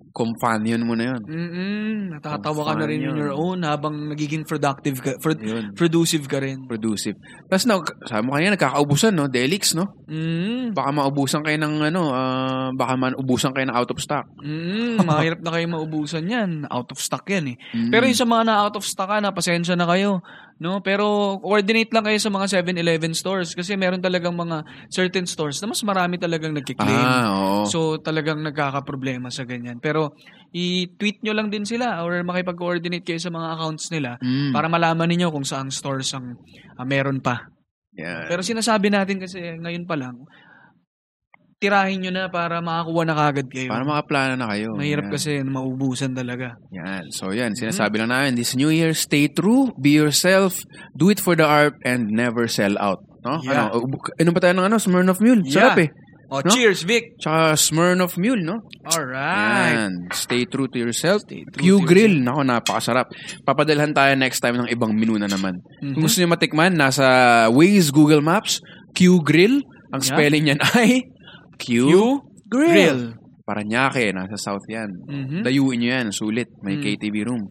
A: Companion mo na yun.
B: Mm-mm, natatawa ka
A: Fun
B: na rin on
A: yun.
B: your own habang nagiging productive ka, pro-
A: Yun.
B: productive ka rin.
A: Productive. Tapos, no, sabi mo kanina, nagkakaubusan, no? Delix, no?
B: Mm,
A: Baka maubusan kayo ng, ano, ah, baka maubusan kayo ng out of stock.
B: mm,
A: [laughs]
B: mahirap na kayo maubusan yan. Out of stock yan eh.
A: Mm.
B: Pero yung sa mga na-out of stock ka na, pasensya na kayo. No? Pero coordinate lang kayo sa mga 7-Eleven stores kasi meron talagang mga certain stores na mas marami talagang nagkiklaim.
A: Ah, oo.
B: So talagang nagkakaproblema sa ganyan. Pero i-tweet nyo lang din sila or makipag-coordinate kayo sa mga accounts nila
A: Mm.
B: para malaman ninyo kung saang stores ang ah, meron pa.
A: Yan.
B: Pero sinasabi natin kasi ngayon pa lang, tirahin nyo na para makakuha na kagad kayo.
A: para makaplano na kayo. Yan.
B: Mahirap kasi maubusan talaga.
A: Yan. So, yan.
B: Mm-hmm.
A: Sinasabi lang namin, this New Year, stay true, be yourself, do it for the art, and never sell out. No?
B: Yeah.
A: Ano, ubo- inom pa tayo ng ano, Smirnoff Mule.
B: Yeah.
A: Sarap eh.
B: Oh,
A: No?
B: cheers Vic!
A: Tsaka Smirnoff Mule, no?
B: Alright!
A: Yan. Stay true to yourself.
B: true
A: Q
B: to
A: Grill. Nako, napakasarap. Papadalhan tayo next time ng ibang menu na naman.
B: Mm-hmm.
A: Kung gusto niyo matikman, nasa Waze, Google Maps, Q Grill. Ang
B: Yeah.
A: spelling niyan ay Q, Grill.
B: Grill.
A: Paranaque, nasa South yan.
B: Mhm. Mm.
A: Dayuin niyo yan, sulit. May KTV room.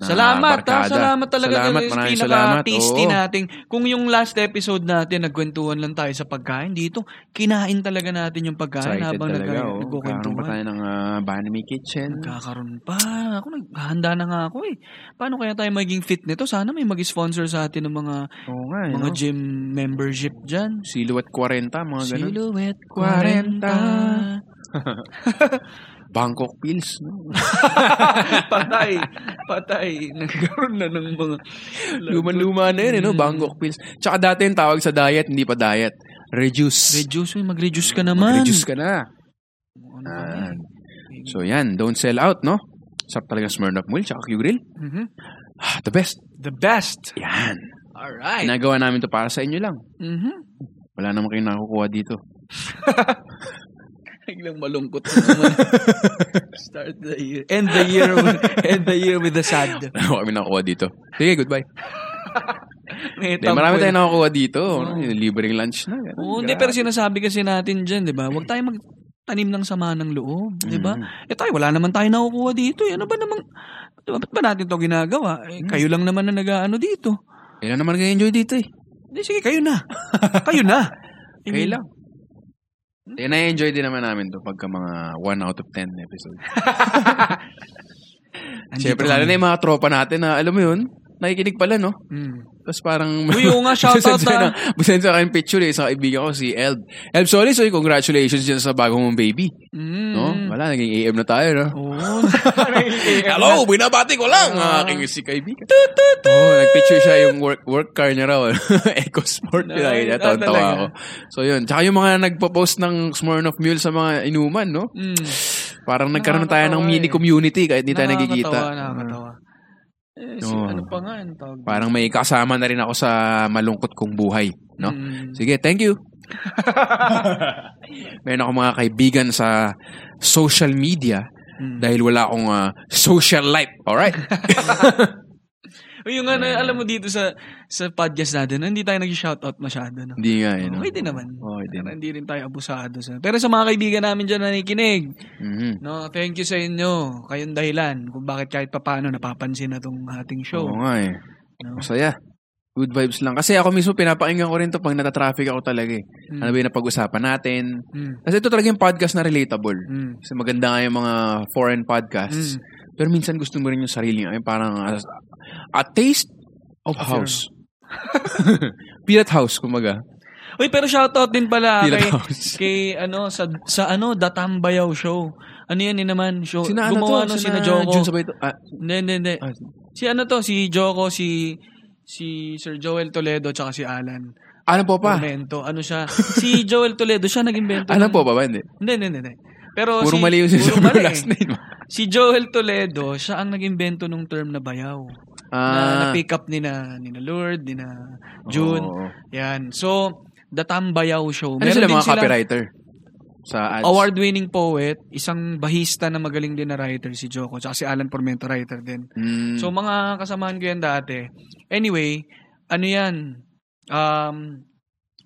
A: na
B: Salamat, ha?
A: barkada.
B: Salamat talaga.
A: Salamat,
B: Yung
A: maraming salamat.
B: pinaka-tasty
A: Oo.
B: nating. Kung yung last episode natin, nagkwentuhan lang tayo sa pagkain dito, kinain talaga natin yung pagkain
A: Excited
B: habang nag-
A: talaga, oh. Kakaroon pa
B: nagkukwentuhan.
A: tayo ng ah, Banami Kitchen.
B: Nagkakaroon pa. Ako, naghahanda na nga ako eh. Paano kaya tayo maging fit nito? Sana may mag-sponsor sa atin ng mga
A: Oo nga, eh,
B: mga
A: no?
B: gym membership dyan.
A: Silo at 40, mga ganun.
B: Silhouette
A: 40.
B: 40.
A: Bangkok Pills. No?
B: [laughs] patay. Patay. Nagkaroon na ng mga...
A: Luman-luma na yun,
B: Mm.
A: eh, no? Bangkok Pills. Tsaka dati yung tawag sa diet, hindi pa diet. Reduce.
B: Reduce. uy, Mag-reduce ka naman.
A: Reduce ka na.
B: Ano ka na eh.
A: Yan. So yan, don't sell out, no? Sarap talaga Smirnoff Mule, tsaka Q-Grill.
B: Mhm.
A: Ah, the best.
B: The best.
A: Yan.
B: All right.
A: Nagawa namin to para sa inyo lang.
B: Mhm.
A: Wala naman kayong nakukuha dito.
B: Biglang malungkot na naman. [laughs] Start the year. End the year with, end the year with a
A: [laughs]
B: sad.
A: Wala kami nakukuha dito. Sige, goodbye.
B: May
A: Hindi, marami
B: tampo-
A: tayong nakukuha dito. Ano, yung libreng lunch na. ganun.
B: Oo, hindi, pero sinasabi kasi natin dyan, di ba? Huwag tayo magtanim ng sama ng loob, di ba? Eh tayo, wala naman tayo nakukuha dito. eh. Ano ba namang, di ba, ba't ba natin to ginagawa? Eh, kayo lang naman na nag-ano dito.
A: Kailan naman kayo enjoy dito eh.
B: Hindi, sige, kayo na. [laughs] kayo na. I mean,
A: Kayo lang. Eh, na-enjoy din naman namin to pagka mga 1 out of 10 [laughs] episode.
B: andito
A: Siyempre,
B: kami.
A: lalo na yung mga tropa natin na, alam mo yun, nakikinig pala, no?
B: Mm.
A: Tapos parang...
B: Uy,
A: [laughs]
B: oo nga, shoutout ah.
A: Busensya
B: na.
A: Busensya ka yung picture eh, sa kaibigan ko, si Elb. Elb, sorry, sorry, congratulations dyan sa bagong mong baby.
B: Mm.
A: No? Wala, naging AM na tayo, no?
B: Oo. [laughs]
A: Hello, Ah. binabati ko lang ang aking si kaibigan. Oh, nagpicture siya yung work work car niya raw. [laughs] Eco Sport.
B: Nice.
A: Pinakita niya,
B: Ah,
A: tawa
B: talaga.
A: ako. So yun, tsaka yung mga nagpo-post ng Smirnoff Mule sa mga inuman, no?
B: Mm.
A: Parang nagkaroon na tayo ng
B: Nakakatawa
A: mini
B: eh.
A: community kahit hindi tayo nagkikita.
B: Nakakatawa, nakakatawa. Eh, si,
A: Oo.
B: ano pa nga yung tawag? doon?
A: Parang may kasama na rin ako sa malungkot kong buhay, no?
B: Mm.
A: Sige, thank you. Meron ako mga kaibigan sa social media
B: Hmm.
A: dahil wala akong ah, social life. Alright?
B: Uy, yung ano, alam mo dito sa sa podcast natin, hindi tayo nag-shoutout masyado. No?
A: Hindi nga, eh, no?
B: Okay din naman.
A: Okay din.
B: Pero hindi rin tayo abusado. Sa, pero sa mga kaibigan namin dyan na nakikinig,
A: Mhm.
B: no, thank you sa inyo. Kayong dahilan kung bakit kahit papaano napapansin na tong ating show.
A: Oo nga eh.
B: No?
A: Masaya. Good vibes lang. Kasi ako mismo pinapakinggan ko rin to pag natatraffic ako talaga eh.
B: Mm.
A: Ano ba yung napag-usapan natin?
B: Mm.
A: Kasi ito talaga yung podcast na relatable.
B: Mm.
A: Kasi maganda nga yung mga foreign podcasts.
B: Mm.
A: Pero minsan gusto mo rin yung sarili. Ay, parang uh, a taste of house. [laughs] Pilat house, kumaga.
B: Uy, pero shoutout din pala
A: Pilat
B: kay,
A: house.
B: kay ano sa sa ano Datambayaw show. Ano yan yun naman show?
A: Sina ano
B: Gumawa
A: to?
B: nun sina Joko.
A: Jun Sabay to. Ah,
B: Hindi, hindi, hindi.
A: ah,
B: Si ano to, si Joko, si si Sir Joel Toledo tsaka si Alan.
A: ano po pa?
B: Momento, ano siya? Si Joel Toledo siya nag-invento.
A: Ano
B: ng-
A: po pa ba? Hindi.
B: Hindi, hindi, hindi. hindi. Pero
A: Puro
B: si,
A: mali yung
B: puro
A: sinasabi ko
B: mali.
A: last name.
B: Si Joel Toledo, siya ang nag-invento ng term na bayaw. Na,
A: Ah,
B: na-pick up ni na, ni na Lord, ni na June.
A: oo.
B: Yan. So, The Tambayaw
A: Oh.
B: Show.
A: Ano
B: Meron
A: sila
B: din
A: mga copywriter? sa ads.
B: Award-winning poet, isang bahista na magaling din na writer si Joko, tsaka si Alan Pormento writer din.
A: Mm.
B: So mga kasamahan ko yan dati. Anyway, ano yan? Um,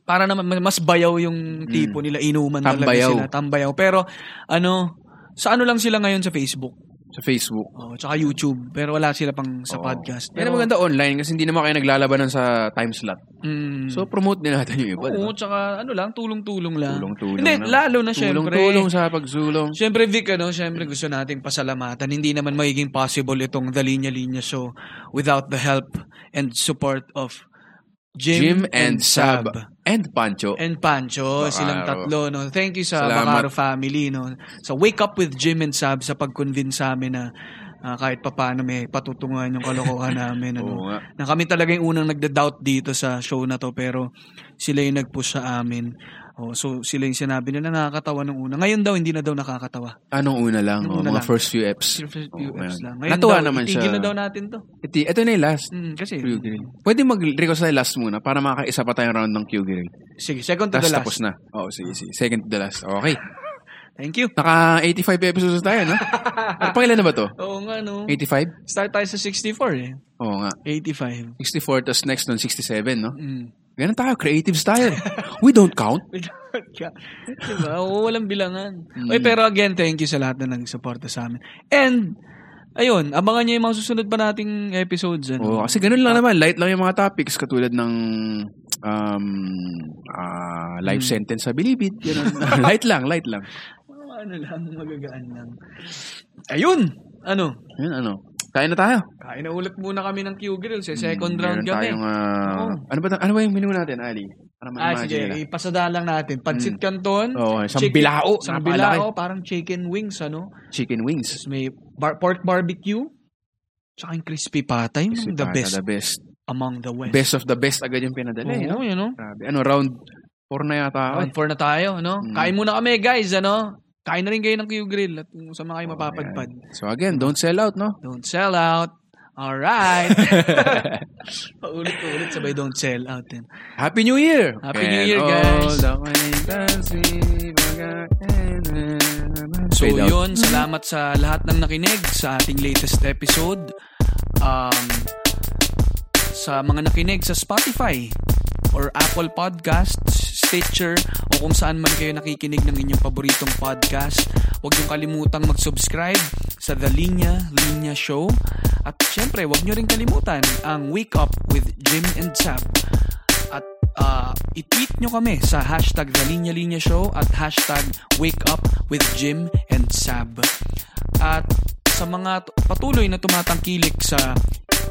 B: para naman ma- mas bayaw yung tipo nila, inuman
A: Hmm. Tambayaw.
B: talaga sila, tambayaw. Pero ano, sa ano lang sila ngayon sa Facebook,
A: sa Facebook.
B: oh, tsaka YouTube, pero wala sila pang sa
A: Oo.
B: podcast.
A: Pero,
B: Pero
A: maganda online kasi hindi naman kayo naglalabanan sa time slot.
B: mm,
A: So, promote din natin yung iba. diba?
B: oo, tsaka ano lang, tulong-tulong lang.
A: Tulong-tulong
B: Hindi,
A: na.
B: lalo na syempre.
A: Tulong-tulong sa pagsulong.
B: Siyempre, Vic, ano, siyempre gusto nating pasalamatan. Hindi naman magiging possible itong The Linya Linya Show without the help and support of
A: Jim
B: Jim,
A: and Sab. And Pancho.
B: And
A: Bacaro.
B: Pancho, silang tatlo. No? Thank you sa
A: Salamat.
B: Bacaro family. No? Sa Wake Up with Jim and Sab sa pag-convince sa amin na ah, kahit papaano may patutunguhan
A: [laughs]
B: yung kalokohan namin. Ano?
A: Oo nga.
B: na kami talaga yung unang nagda-doubt dito sa show na to pero sila yung nag-push sa amin. Oh, so sila yung sinabi nila nakakatawa nung una. Ngayon daw hindi na daw nakakatawa.
A: Anong una lang? oh,
B: Anong una
A: mga
B: lang?
A: first few eps.
B: Sir, first
A: Oo,
B: few eps
A: ayun.
B: lang. Ngayon
A: Natuwa
B: daw,
A: naman siya.
B: itigil na daw natin to.
A: Iti, ito na yung last.
B: Mm, kasi
A: Q Grill. Pwede mag-request tayo last muna para makaisa pa tayong round ng Q Grill.
B: sige, second
A: Tapos
B: to the last.
A: tapos na. Oo, sige, sige. Second to the last. Okay.
B: Thank you.
A: Naka 85 episodes na tayo,
B: [laughs]
A: no? Ano pangilan na ba to?
B: Oo nga no.
A: 85?
B: Start tayo sa 64 eh.
A: Oo nga.
B: 85.
A: 64, tapos next nun 67, no?
B: Mm. [laughs]
A: Ganun tayo, creatives tayo. We don't count.
B: diba? Oo, walang bilangan.
A: Mm.
B: Oy, pero again, thank you sa lahat na nagsuporta sa amin. And, ayun, abangan niyo yung mga susunod pa nating episodes. Ano?
A: Oo, kasi ganun lang naman. Light lang yung mga topics katulad ng um, ah,
B: Hmm.
A: life sentence sa bilibid. Ganun. [laughs] light lang, light lang.
B: Mga ano lang, magagaan lang. Ayun! Ano?
A: Yun, ano. Kaya na tayo.
B: Kain na ulit muna kami ng Q-Grills eh. Second
A: Mm,
B: round
A: Meron
B: kami.
A: tayong, ah,
B: Oo.
A: ano, ba, ta- ano ba yung menu natin, Ali? Para
B: Ah,
A: ma-imagine
B: sige.
A: nila. Mm.
B: Ipasada lang natin. Pancit Canton.
A: Oo, isang
B: chicken-
A: bilao.
B: Isang
A: Napakalaki.
B: bilao. Parang chicken wings, ano?
A: Chicken wings.
B: Tapos may bar- pork barbecue. Tsaka yung crispy patay. Yung
A: Si
B: the
A: Tata,
B: best
A: The best.
B: among the West.
A: Best of the best agad yung pinadala.
B: Oo,
A: eh, no?
B: yun, no?
A: Grabe. Ano, round 4 na yata. ako, eh.
B: Round 4 na tayo, no?
A: Mm.
B: Kain muna kami, guys, ano? Kain na rin kayo ng Q-Grill at kung saan man kayo
A: Oo, Oh,
B: mapapadpad.
A: ayan. So again, don't sell out, no?
B: Don't sell out.
A: [laughs]
B: Alright. Paulit-ulit sabay don't sell out din.
A: Happy New Year!
B: Happy New Year, guys. So yun, salamat sa lahat ng nakinig sa ating latest episode. Um, sa mga nakinig sa Spotify or Apple Podcasts, Stitcher, o kung saan man kayo nakikinig ng inyong paboritong podcast, huwag niyong kalimutang mag-subscribe sa The Linya Linya Show. At syempre, huwag niyo rin kalimutan ang Wake Up with Jim and Sab. At uh, i-tweet nyo kami sa hashtag The Linya Linya Show at hashtag Wake Up with Jim and Sab. At sa mga t- patuloy na tumatangkilik sa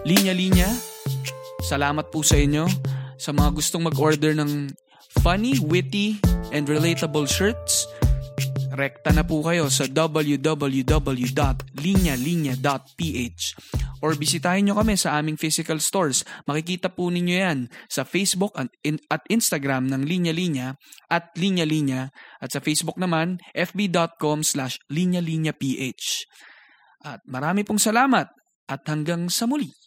B: Linya Linya, salamat po sa inyo. Sa mga gustong mag-order ng funny, witty, and relatable shirts, rekta na po kayo sa www.linyalinya.ph or bisitahin nyo kami sa aming physical stores. Makikita po ninyo yan sa Facebook at, in- at Instagram ng Linya Linya at Linya Linya at sa Facebook naman fb.com slash linyalinyaph. At marami pong salamat at hanggang sa muli.